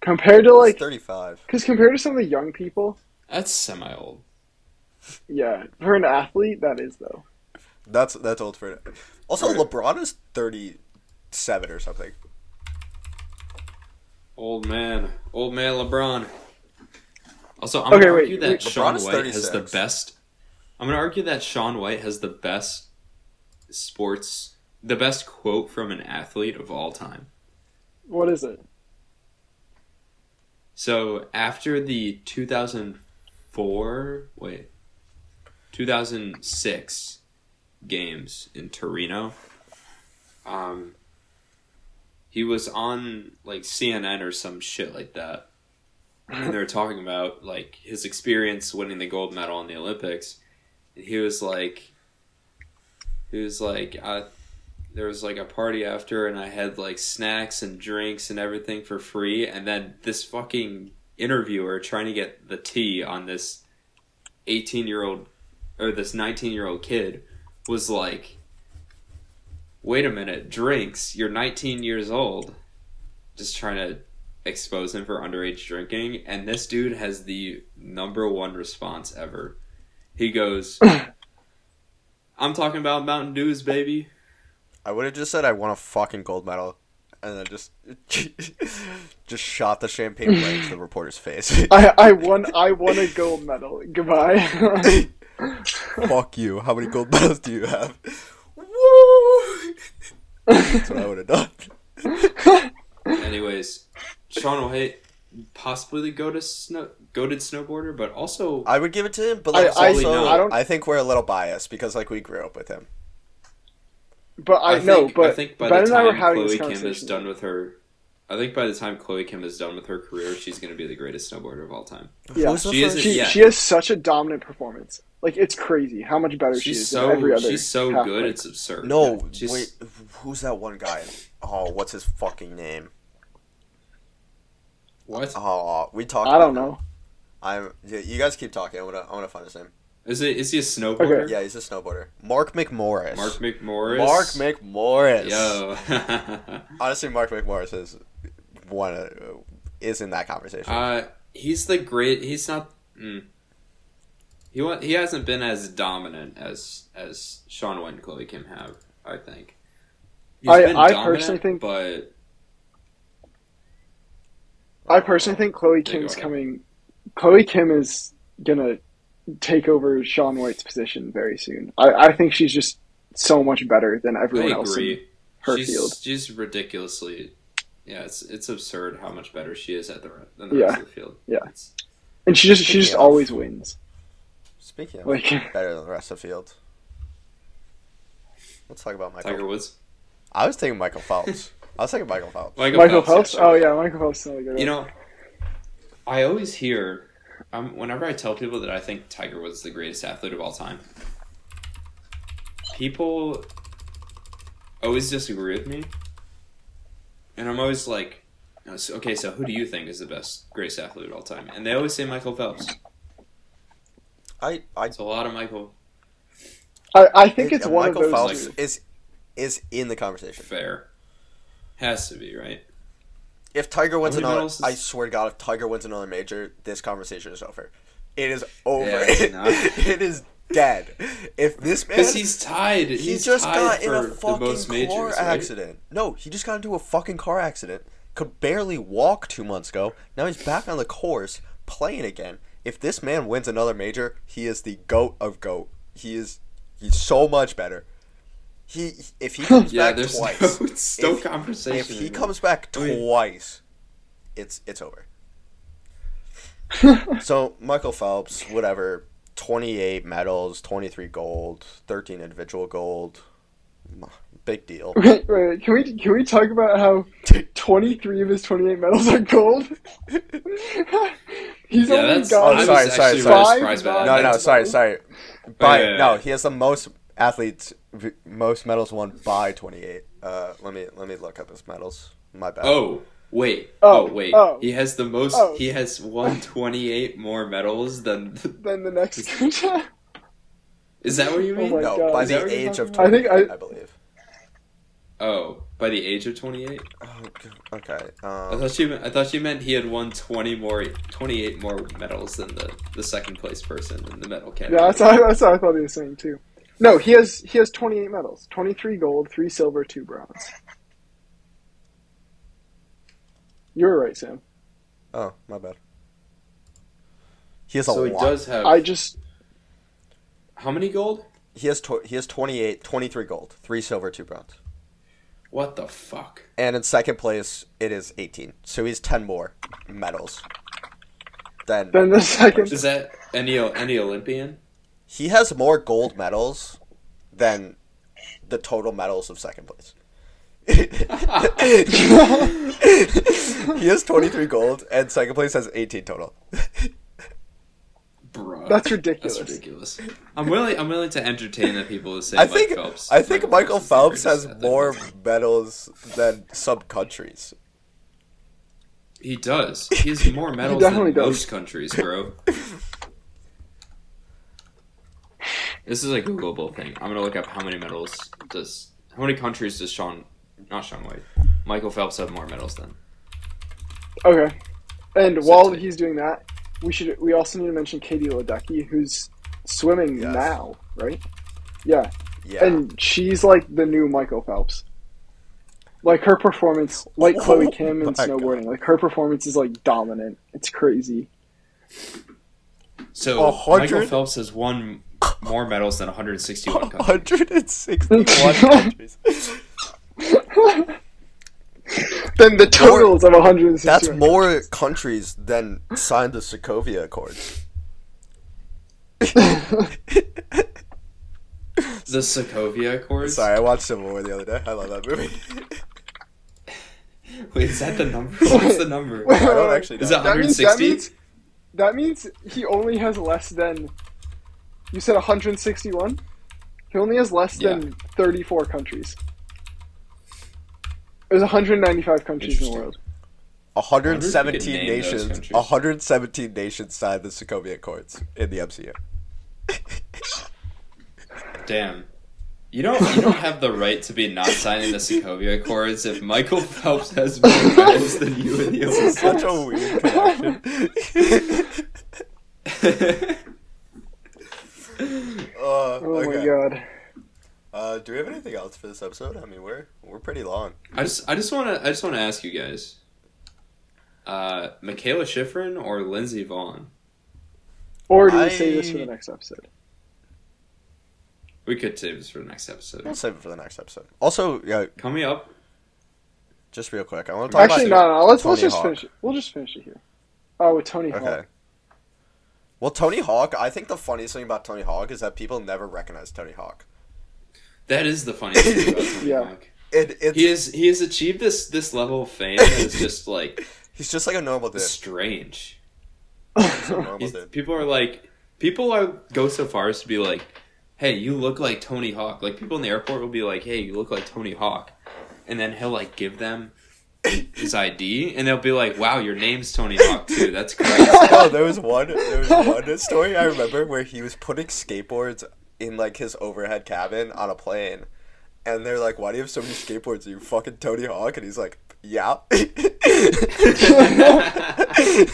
C: Compared to like,
A: He's thirty-five.
C: because compared to some of the young people,
B: That's semi old.
C: yeah, for an athlete that is though.
A: That's that's old for. Also,
B: Okay.
A: LeBron is thirty-seven or something.
B: Old man. Old man LeBron. Also, I'm
C: Okay,
B: gonna
C: wait,
B: argue that
C: wait.
B: Sean
A: LeBron is
B: White has the
A: 36.
B: best. I'm gonna argue that Sean White has the best sports, the best quote from an athlete of all time.
C: What is it?
B: So after the 2004, wait, 2006 games in Torino, um, he was on like CNN or some shit like that, and they were talking about like his experience winning the gold medal in the Olympics, and he was like, he was like, I, there was like a party after and I had like snacks and drinks and everything for free and then this fucking interviewer trying to get the tea on this 18 year old or this 19 year old kid was like wait a minute drinks you're 19 years old just trying to expose him for underage drinking and this dude has the number one response ever he goes I'm talking about Mountain Dews baby
A: I would have just said I won a fucking gold medal, and then just just shot the champagne right into the reporter's face.
C: I I won. I won a gold medal. Goodbye.
A: Fuck you. How many gold medals do you have? Woo! That's what I would have done.
B: Anyways, Sean White possibly the goated snow goated snowboarder, but also
C: Uh,
A: I would give it to him, but
C: I-
A: like,
C: I-
A: also,
B: no,
A: I,
C: I don't-
A: think we're a little biased because like we grew up with him.
C: But I,
B: I
C: know,
B: think,
C: but
B: I think by
C: Ben
B: the
C: and I were
B: time
C: having
B: Chloe
C: this
B: Kim is
C: conversation.
B: done with her, I think by the time Chloe Kim is done with her career, she's going to be the greatest snowboarder of all time.
C: Yeah.
A: Who's the
B: She is
A: first-
B: a-
C: She
B: yeah.
C: she has such a dominant performance. Like it's crazy how much better she
B: She's
C: is than every
B: so
C: other.
B: she's so
C: half
B: good,
C: pipe.
B: it's absurd.
A: No,
B: she's,
A: wait, who's that one guy? Oh, what's his fucking name?
B: what
A: Oh, we talked.
C: I
A: about
C: don't
A: him.
C: know.
A: I'm. yeah, You guys keep talking. I'm gonna. I'm gonna find his name.
B: is it? Is he a snowboarder?
A: Yeah, he's a snowboarder. Mark McMorris.
B: Mark McMorris.
A: Mark McMorris.
B: Yo,
A: Honestly, Mark McMorris is one of, uh, is in that conversation.
B: uh, he's the great. He's not. Mm, he wa- he hasn't been as dominant as as Sean White and Chloe Kim have. I think. He's
C: I-
B: been
C: I
B: dominant,
C: personally think-
B: but
C: I personally think Chloe
B: go
C: Kim's
B: ahead.
C: coming. Chloe Kim is gonna take over Sean White's position very soon. I, I think she's just so much better than everyone
B: I
C: else in
B: agree.
C: her
B: she's,
C: field.
B: she's ridiculously. Yeah, it's it's absurd how much better she is at the re- than the rest
C: Yeah.
B: of the field.
C: Yeah.
B: It's-
C: And she just she just
A: Yeah.
C: always wins.
A: Speaking of
C: Like
A: better than the rest of the field, let's talk about Michael.
B: Tiger Woods,
A: I was thinking Michael Phelps. I was thinking Michael Phelps.
B: Michael,
C: Michael Phelps.
B: yeah,
C: Oh
B: sure.
C: yeah, Michael Phelps. is another good
B: You
C: one.
B: know, I always hear, um, whenever I tell people that I think Tiger Woods is the greatest athlete of all time, people always disagree with me, and I'm always like, "Oh, so- okay, so who do you think is the best greatest athlete of all time? And they always say Michael Phelps.
A: I, I,
B: It's a lot of Michael.
C: I, I think it's
A: yeah,
C: one
A: Michael
C: of those.
A: Phelps
C: two.
A: is is in the conversation.
B: Fair. Has to be, right?
A: If Tiger wins
B: Everyone
A: another,
B: else is-
A: I swear to God, if Tiger wins another major, this conversation is over. It is over.
B: Yeah, it's not.
A: it is dead. If this man,
B: Because he's tied.
A: he
B: He's
A: just
B: tied
A: got in
B: for
A: a fucking
B: the most
A: car
B: majors. right?
A: accident. No, he just got into a fucking car accident. Could barely walk two months ago. Now he's back on the course playing again. If this man wins another major, he is the goat of goat. He is he's so much better. He if he comes
B: Yeah,
A: back
B: there's
A: twice,
B: no, it's no
A: If-
B: conversation.
A: if he
B: anymore.
A: comes back
B: I mean-
A: twice, it's it's over. so Michael Phelps, whatever, twenty eight medals, twenty three gold, thirteen individual gold, Big deal.
C: Wait, wait, can we can we talk about how 23 of his 28 medals are gold? He's
B: Yeah,
C: only
B: that's-
C: got
A: Oh, sorry,
B: was
A: sorry,
B: actually
A: sorry.
B: really surprised by that.
A: No, no,
B: That's-
A: sorry, sorry. By
B: Oh, yeah, yeah.
A: no, he has the most athletes, v- most medals won by twenty eight. Uh, let me let me look up his medals. My bad.
B: Oh wait.
C: Oh,
B: Oh, wait.
C: oh.
B: he has the most.
C: Oh.
B: He has won twenty eight more medals than.
C: Then the next guy.
B: Is that what you
C: Oh
B: mean?
C: my
A: no,
C: God.
A: by
B: Is
A: the
B: that what you're
A: age of
C: talking
A: twenty
C: about?
A: eight,
C: I
A: I,
C: think I-
A: believe.
B: Oh, by the age of twenty eight.
A: Oh, g- okay.
B: I
A: Um,
B: thought you. meant- I thought you meant he had won twenty more, twenty eight more medals than the the second place person in the medal category.
C: Yeah, that's how, that's how I thought he was saying too. No, he has he has 28 medals, 23 gold, three silver, two bronze. You're right, Sam.
A: oh, my bad. He has a
B: so he
A: lot.
B: does have.
C: I just
B: how many gold?
A: He has tw- he has 28, 23 gold, three silver, two bronze,
B: What the fuck?
A: and in second place it is eighteen. So he's ten more medals. Then
C: then the second
B: Is that any any Olympian?
A: he has more gold medals than the total medals of second place. he has 23 gold and second place has 18 total.
B: Bro,
C: That's ridiculous.
B: That's ridiculous. I'm willing. I'm willing to entertain that people who say
A: I
B: Mike
A: think
B: Phelps.
A: I think Michael
B: is the
A: Phelps
B: greatest
A: has
B: athlete.
A: more medals than some countries.
B: He does. He has more medals
C: definitely
B: than
C: does.
B: most countries, bro. this is a Googleable thing. I'm gonna look up how many medals does how many countries does Sean not Sean White Michael Phelps have more medals than?
C: Okay. And while he's doing that, we should we also need to mention Katie Ledecky, who's swimming
A: Yes.
C: now, right? Yeah.
A: Yeah.
C: And she's like the new Michael Phelps. Like her performance, like
A: Oh
C: Chloe Kim in
A: my God.
C: snowboarding, like her performance is like dominant. It's crazy.
B: So
A: A hundred?
B: Michael Phelps has won more medals than 161 countries.
A: 161 countries.
C: Then the totals of 160.
A: That's more countries than signed the Sokovia Accords.
B: The Sokovia Accords.
A: Sorry, I watched Civil War the other day. I love that movie.
B: Wait, is that the number? What's the number?
A: I don't actually know.
B: Is it
C: That means, that
B: 160?
C: means that means he only has less than you said 161. He only has less than 34 countries. There's 195 countries in the
B: Interesting.
C: world.
B: I wonder if
A: 117
B: we could name those
A: nations.
B: countries.
A: 117 nations signed the Sokovia Accords in the MCU.
B: Damn. You don't you don't have the right to be not signing the Sokovia Accords if Michael Phelps has more medals than you in the
A: This is such a weird connection.
B: Olympics.
A: uh, oh
C: Oh my god.
A: Uh, do we have anything else for this episode? I mean, we're we're pretty long.
B: I just I just want to I just want to ask you guys. Uh, Michaela Schifrin or Lindsey Vaughn?
C: Or do we
A: I-
C: say this for the next episode?
B: We could save this for the next episode.
A: We'll save it for the next episode. Also, yeah,
B: Coming up,
A: just real quick, I want to talk
C: Actually, no,
A: about
C: no. Let's
A: Tony
C: let's just
A: Hawk.
C: finish it. We'll just finish it here. Oh, with Tony Hawk.
A: Okay. Well, Tony Hawk. I think the funniest thing about Tony Hawk is that people never recognize Tony Hawk.
B: that is the funny thing about Tony
C: Yeah.
B: Hawk.
A: It, it's
B: He is he has achieved this this level of fame that is just like
A: he's just like a normal dude.
B: strange.
A: He's a normal
B: He's-
A: dude.
B: people are like, people are go so far as to be like, "Hey, you look like Tony Hawk." Like people in the airport will be like, "Hey, you look like Tony Hawk," and then he'll like give them his ID, and they'll be like, "Wow, your name's Tony Hawk too. That's crazy."
A: no, Oh, there was one. There was one story I remember where he was putting skateboards in like his overhead cabin on a plane, and they're like, "Why do you have so many skateboards? Are you fucking Tony Hawk?" And he's like, "Yeah."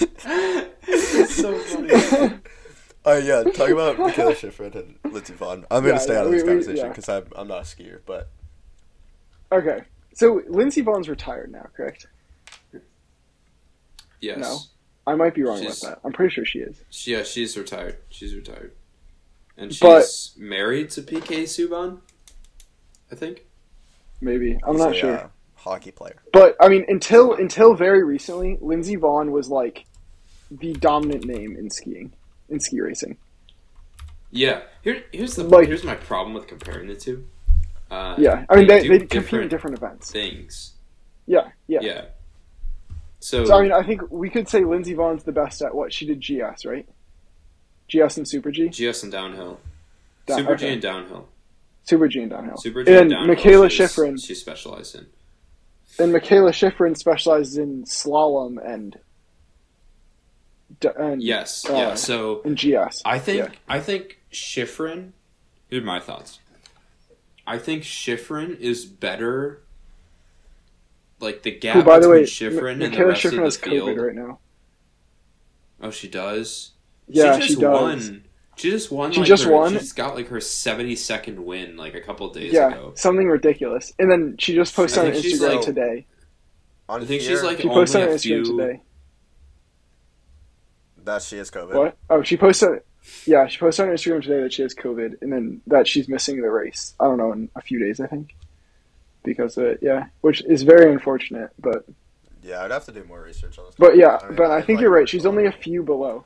B: That's so funny.
A: Oh yeah, talk about Michaela Schifrin and Lindsey Vaughn. I'm gonna
C: Yeah,
A: stay out of
C: we-
A: this
C: we-
A: conversation
C: yeah.
A: because I'm I'm not a skier, but
C: Okay. So Lindsey Vaughn's retired now, correct?
B: Yes.
C: No. I might be wrong
B: She's-
C: about that. I'm pretty sure she is.
B: She- Yeah, she's retired. She's retired, and she's
C: But-
B: married to PK Subban. I think.
C: Maybe. I'm
A: he's
C: not
A: a,
C: sure.
A: uh, hockey player.
C: But I mean, until until very recently, Lindsey Vaughn was like the dominant name in skiing, in ski racing.
B: Yeah. Here, here's the
C: Like-
B: here's my problem with comparing the two. Uh,
C: Yeah, I mean they,
B: do
C: they compete in different events.
B: things.
C: Yeah, yeah,
B: Yeah. So,
C: So I mean, I think we could say Lindsey Vaughn's the best at what she did GS, right? GS and Super G,
B: GS and downhill,
C: Down-
B: super G
C: okay.
B: and downhill,
C: Super G and downhill.
B: super G and,
C: And
B: downhill.
C: Michaela
B: she's-
C: Schifrin. Mm.
B: She specialized in.
C: And Michaela Schifrin specializes in slalom and d- and
B: Yes.
C: Uh,
B: yeah. So
C: and GS.
B: I think
C: Yeah.
B: I think Schifrin. Here are my thoughts. I think Schifrin is better. Like the gap
C: Who, by the
B: between
C: way,
B: Schifrin
C: Mi-
B: and the
C: Michaela
B: rest
C: Schifrin
B: of
C: has
B: the field.
C: COVID right now.
B: Oh, she does.
C: Yeah,
B: she just
C: she, does.
B: won. She just won.
C: She
B: like,
C: just
B: her,
C: won?
B: She just got like her seventy second win like a couple days
C: Yeah,
B: ago.
C: something ridiculous. And then she just posted
B: I
C: on
B: think she's,
C: Instagram
B: like,
C: today.
A: On
B: I think
A: here,
B: she's like
C: She
B: only
C: posted on
B: a
C: Instagram
B: few.
C: today.
A: that she has COVID.
C: What? Oh, she posted. Yeah, she posted on Instagram today that she has COVID, and then that she's missing the race. I don't know in a few days, I think, because of it. Yeah, which is very unfortunate. But
A: Yeah, I'd have to do more research on this.
C: but yeah,
A: don't even
C: but I
A: know,
C: think
A: like,
C: you're right.
A: what's
C: She's
A: going
C: only a
A: on.
C: few below.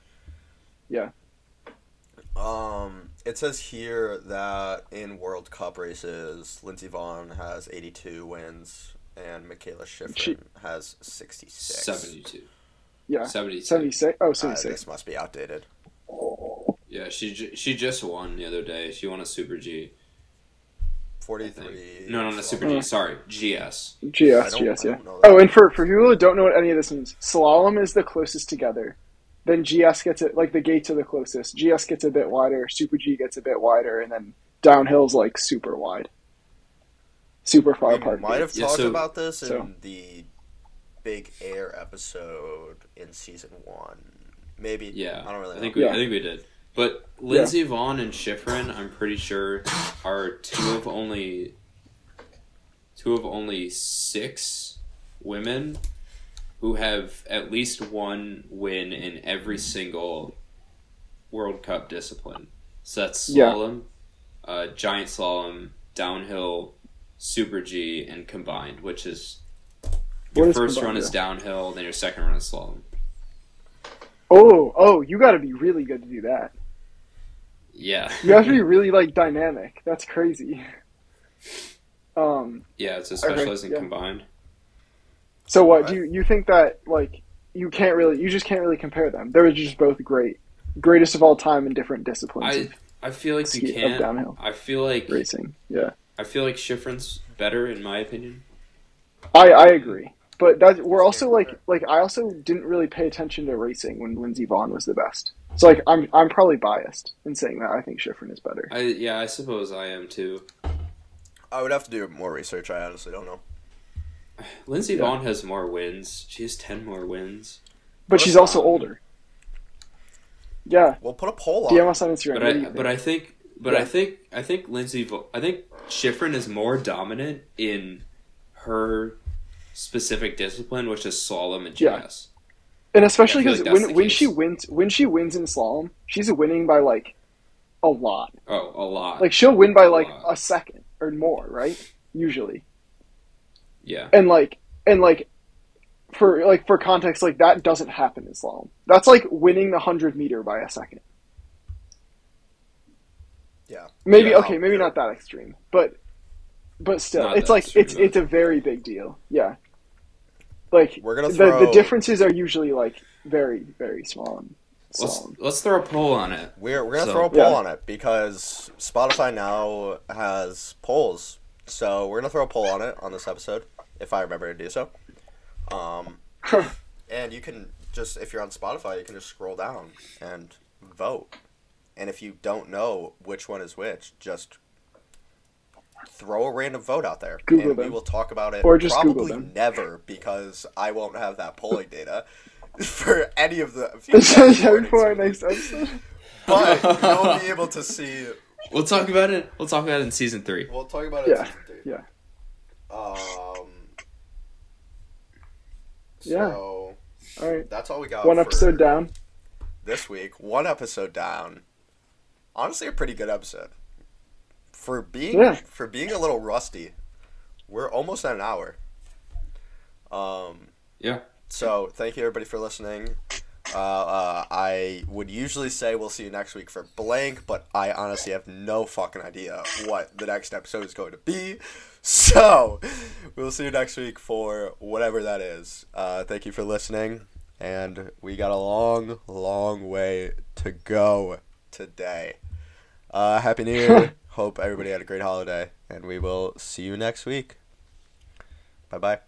A: Um, it says here that in World Cup races, Lindsey Vaughn has 82 wins and Michaela Schifrin
C: She-
A: has 66.
B: 72.
C: Yeah,
B: 76.
C: seventy six.
B: Ah,
C: Oh,
A: Uh,
C: 76.
A: this must be outdated.
B: Yeah, she ju- she just won the other day. She won a Super G.
A: 43.
B: No, no, not Super G.
C: Mm.
B: Sorry, GS.
A: I
C: GS,
A: don't-
C: GS,
A: I
C: yeah.
A: don't know that.
C: Oh, and for, for people who don't know what any of this means, slalom is the closest together. Then GS gets it, like the gates are the closest. GS gets a bit wider, Super G gets a bit wider, and then downhill's like super wide. Super far
A: We
C: apart.
A: might have
B: Yeah,
A: talked
B: so-
A: about this in
C: so-
A: the Big Air episode in season one. Maybe.
B: Yeah,
A: I don't really know.
B: I think we,
C: Yeah.
B: I think we did. But Lindsey Vaughn and Schifrin, I'm pretty sure, are two of only two of only six women who have at least one win in every single World Cup discipline. So that's
C: Yeah.
B: slalom, uh, giant slalom, downhill, super G, and combined, which is your
C: What is
B: first
C: combined,
B: run is downhill, then your second run is slalom.
C: Oh, oh, you gotta be really good to do that.
B: Yeah,
C: You have to be really, like, dynamic. That's crazy. Um,
B: yeah, it's a
C: Okay,
B: specializing
C: yeah.
B: combined.
C: So what
A: Right.
C: do you, you think that like you can't really you just can't really compare them? They were just both great, greatest of all time in different disciplines
B: I
C: of,
B: I feel like
C: ski-
B: you
C: of
B: can't.
C: downhill
B: I feel like
C: racing. Yeah,
B: I feel like Schifrin's better in my opinion.
C: I I agree. But that we're also like like I also didn't really pay attention to racing when Lindsey Vaughn was the best. So like I'm I'm probably biased in saying that I think Schifrin is better.
B: I yeah, I suppose I am too.
A: I would have to do more research. I honestly don't know.
B: Lindsey
C: Yeah.
B: Vaughn has more wins. She has ten more wins.
C: But
A: that's
C: she's also
A: fine.
C: older. Yeah,
A: We'll put a poll
C: DM
A: on.
C: us on Instagram.
B: But
C: What do you
B: I
C: think?
B: but I think but I
C: Yeah.
B: think I think Lindsey Va- I think Schifrin is more dominant in her specific discipline, which is slalom and GS.
C: Yeah. and especially
B: Yeah, I
C: because
B: feel like that's
C: when
B: the
C: when she
B: case.
C: wins when she wins in slalom, she's winning by like a lot.
B: Oh, a lot.
C: Like she'll win by like
B: Wow.
C: a second or more, right? Usually.
B: yeah.
C: And like and like for like for context, like that doesn't happen in slalom. That's like winning the hundred meter by a second.
A: Yeah.
C: Maybe
A: Yeah.
C: okay, maybe not that extreme, but but still,
B: Not
C: it's
B: that
C: like
B: extreme,
C: it's
B: though.
C: it's a very big deal. Yeah. Like
A: We're gonna
C: the, the
A: throw-
C: differences are usually like very very small. And
B: Let's
C: slalom.
B: let's throw a poll on it.
A: We're, we're gonna
B: So-
A: throw a poll
C: Yeah.
A: on it because Spotify now has polls. So we're gonna throw a poll on it on this episode, if I remember to do so. Um, and you can just if you're on Spotify, you can just scroll down and vote. And if you don't know which one is which, just throw a random vote out there,
C: Google
A: and we
C: them.
A: will talk about it.
C: Or just Google
A: probably
C: them.
A: never because I won't have that polling data for any of the.
C: yeah, before our next episode.
A: but you'll be able to see.
B: We'll talk about it. We'll talk about it in season three.
A: We'll talk about it.
C: Yeah,
A: in season three.
C: yeah.
A: Um.
C: Yeah.
A: So
C: All right.
A: that's all we got.
C: One
A: Uh, for
C: episode down.
A: this week. One episode down. Honestly, a pretty good episode. For being
C: Yeah.
A: for being a little rusty, we're almost at an hour. Um.
B: Yeah.
A: So thank you everybody for listening. Uh, uh, I would usually say we'll see you next week for blank, but I honestly have no fucking idea what the next episode is going to be. So, we'll see you next week for whatever that is. Uh, thank you for listening, and we got a long, long way to go today. Uh, Happy New Year. Hope everybody had a great holiday, and we will see you next week. Bye bye.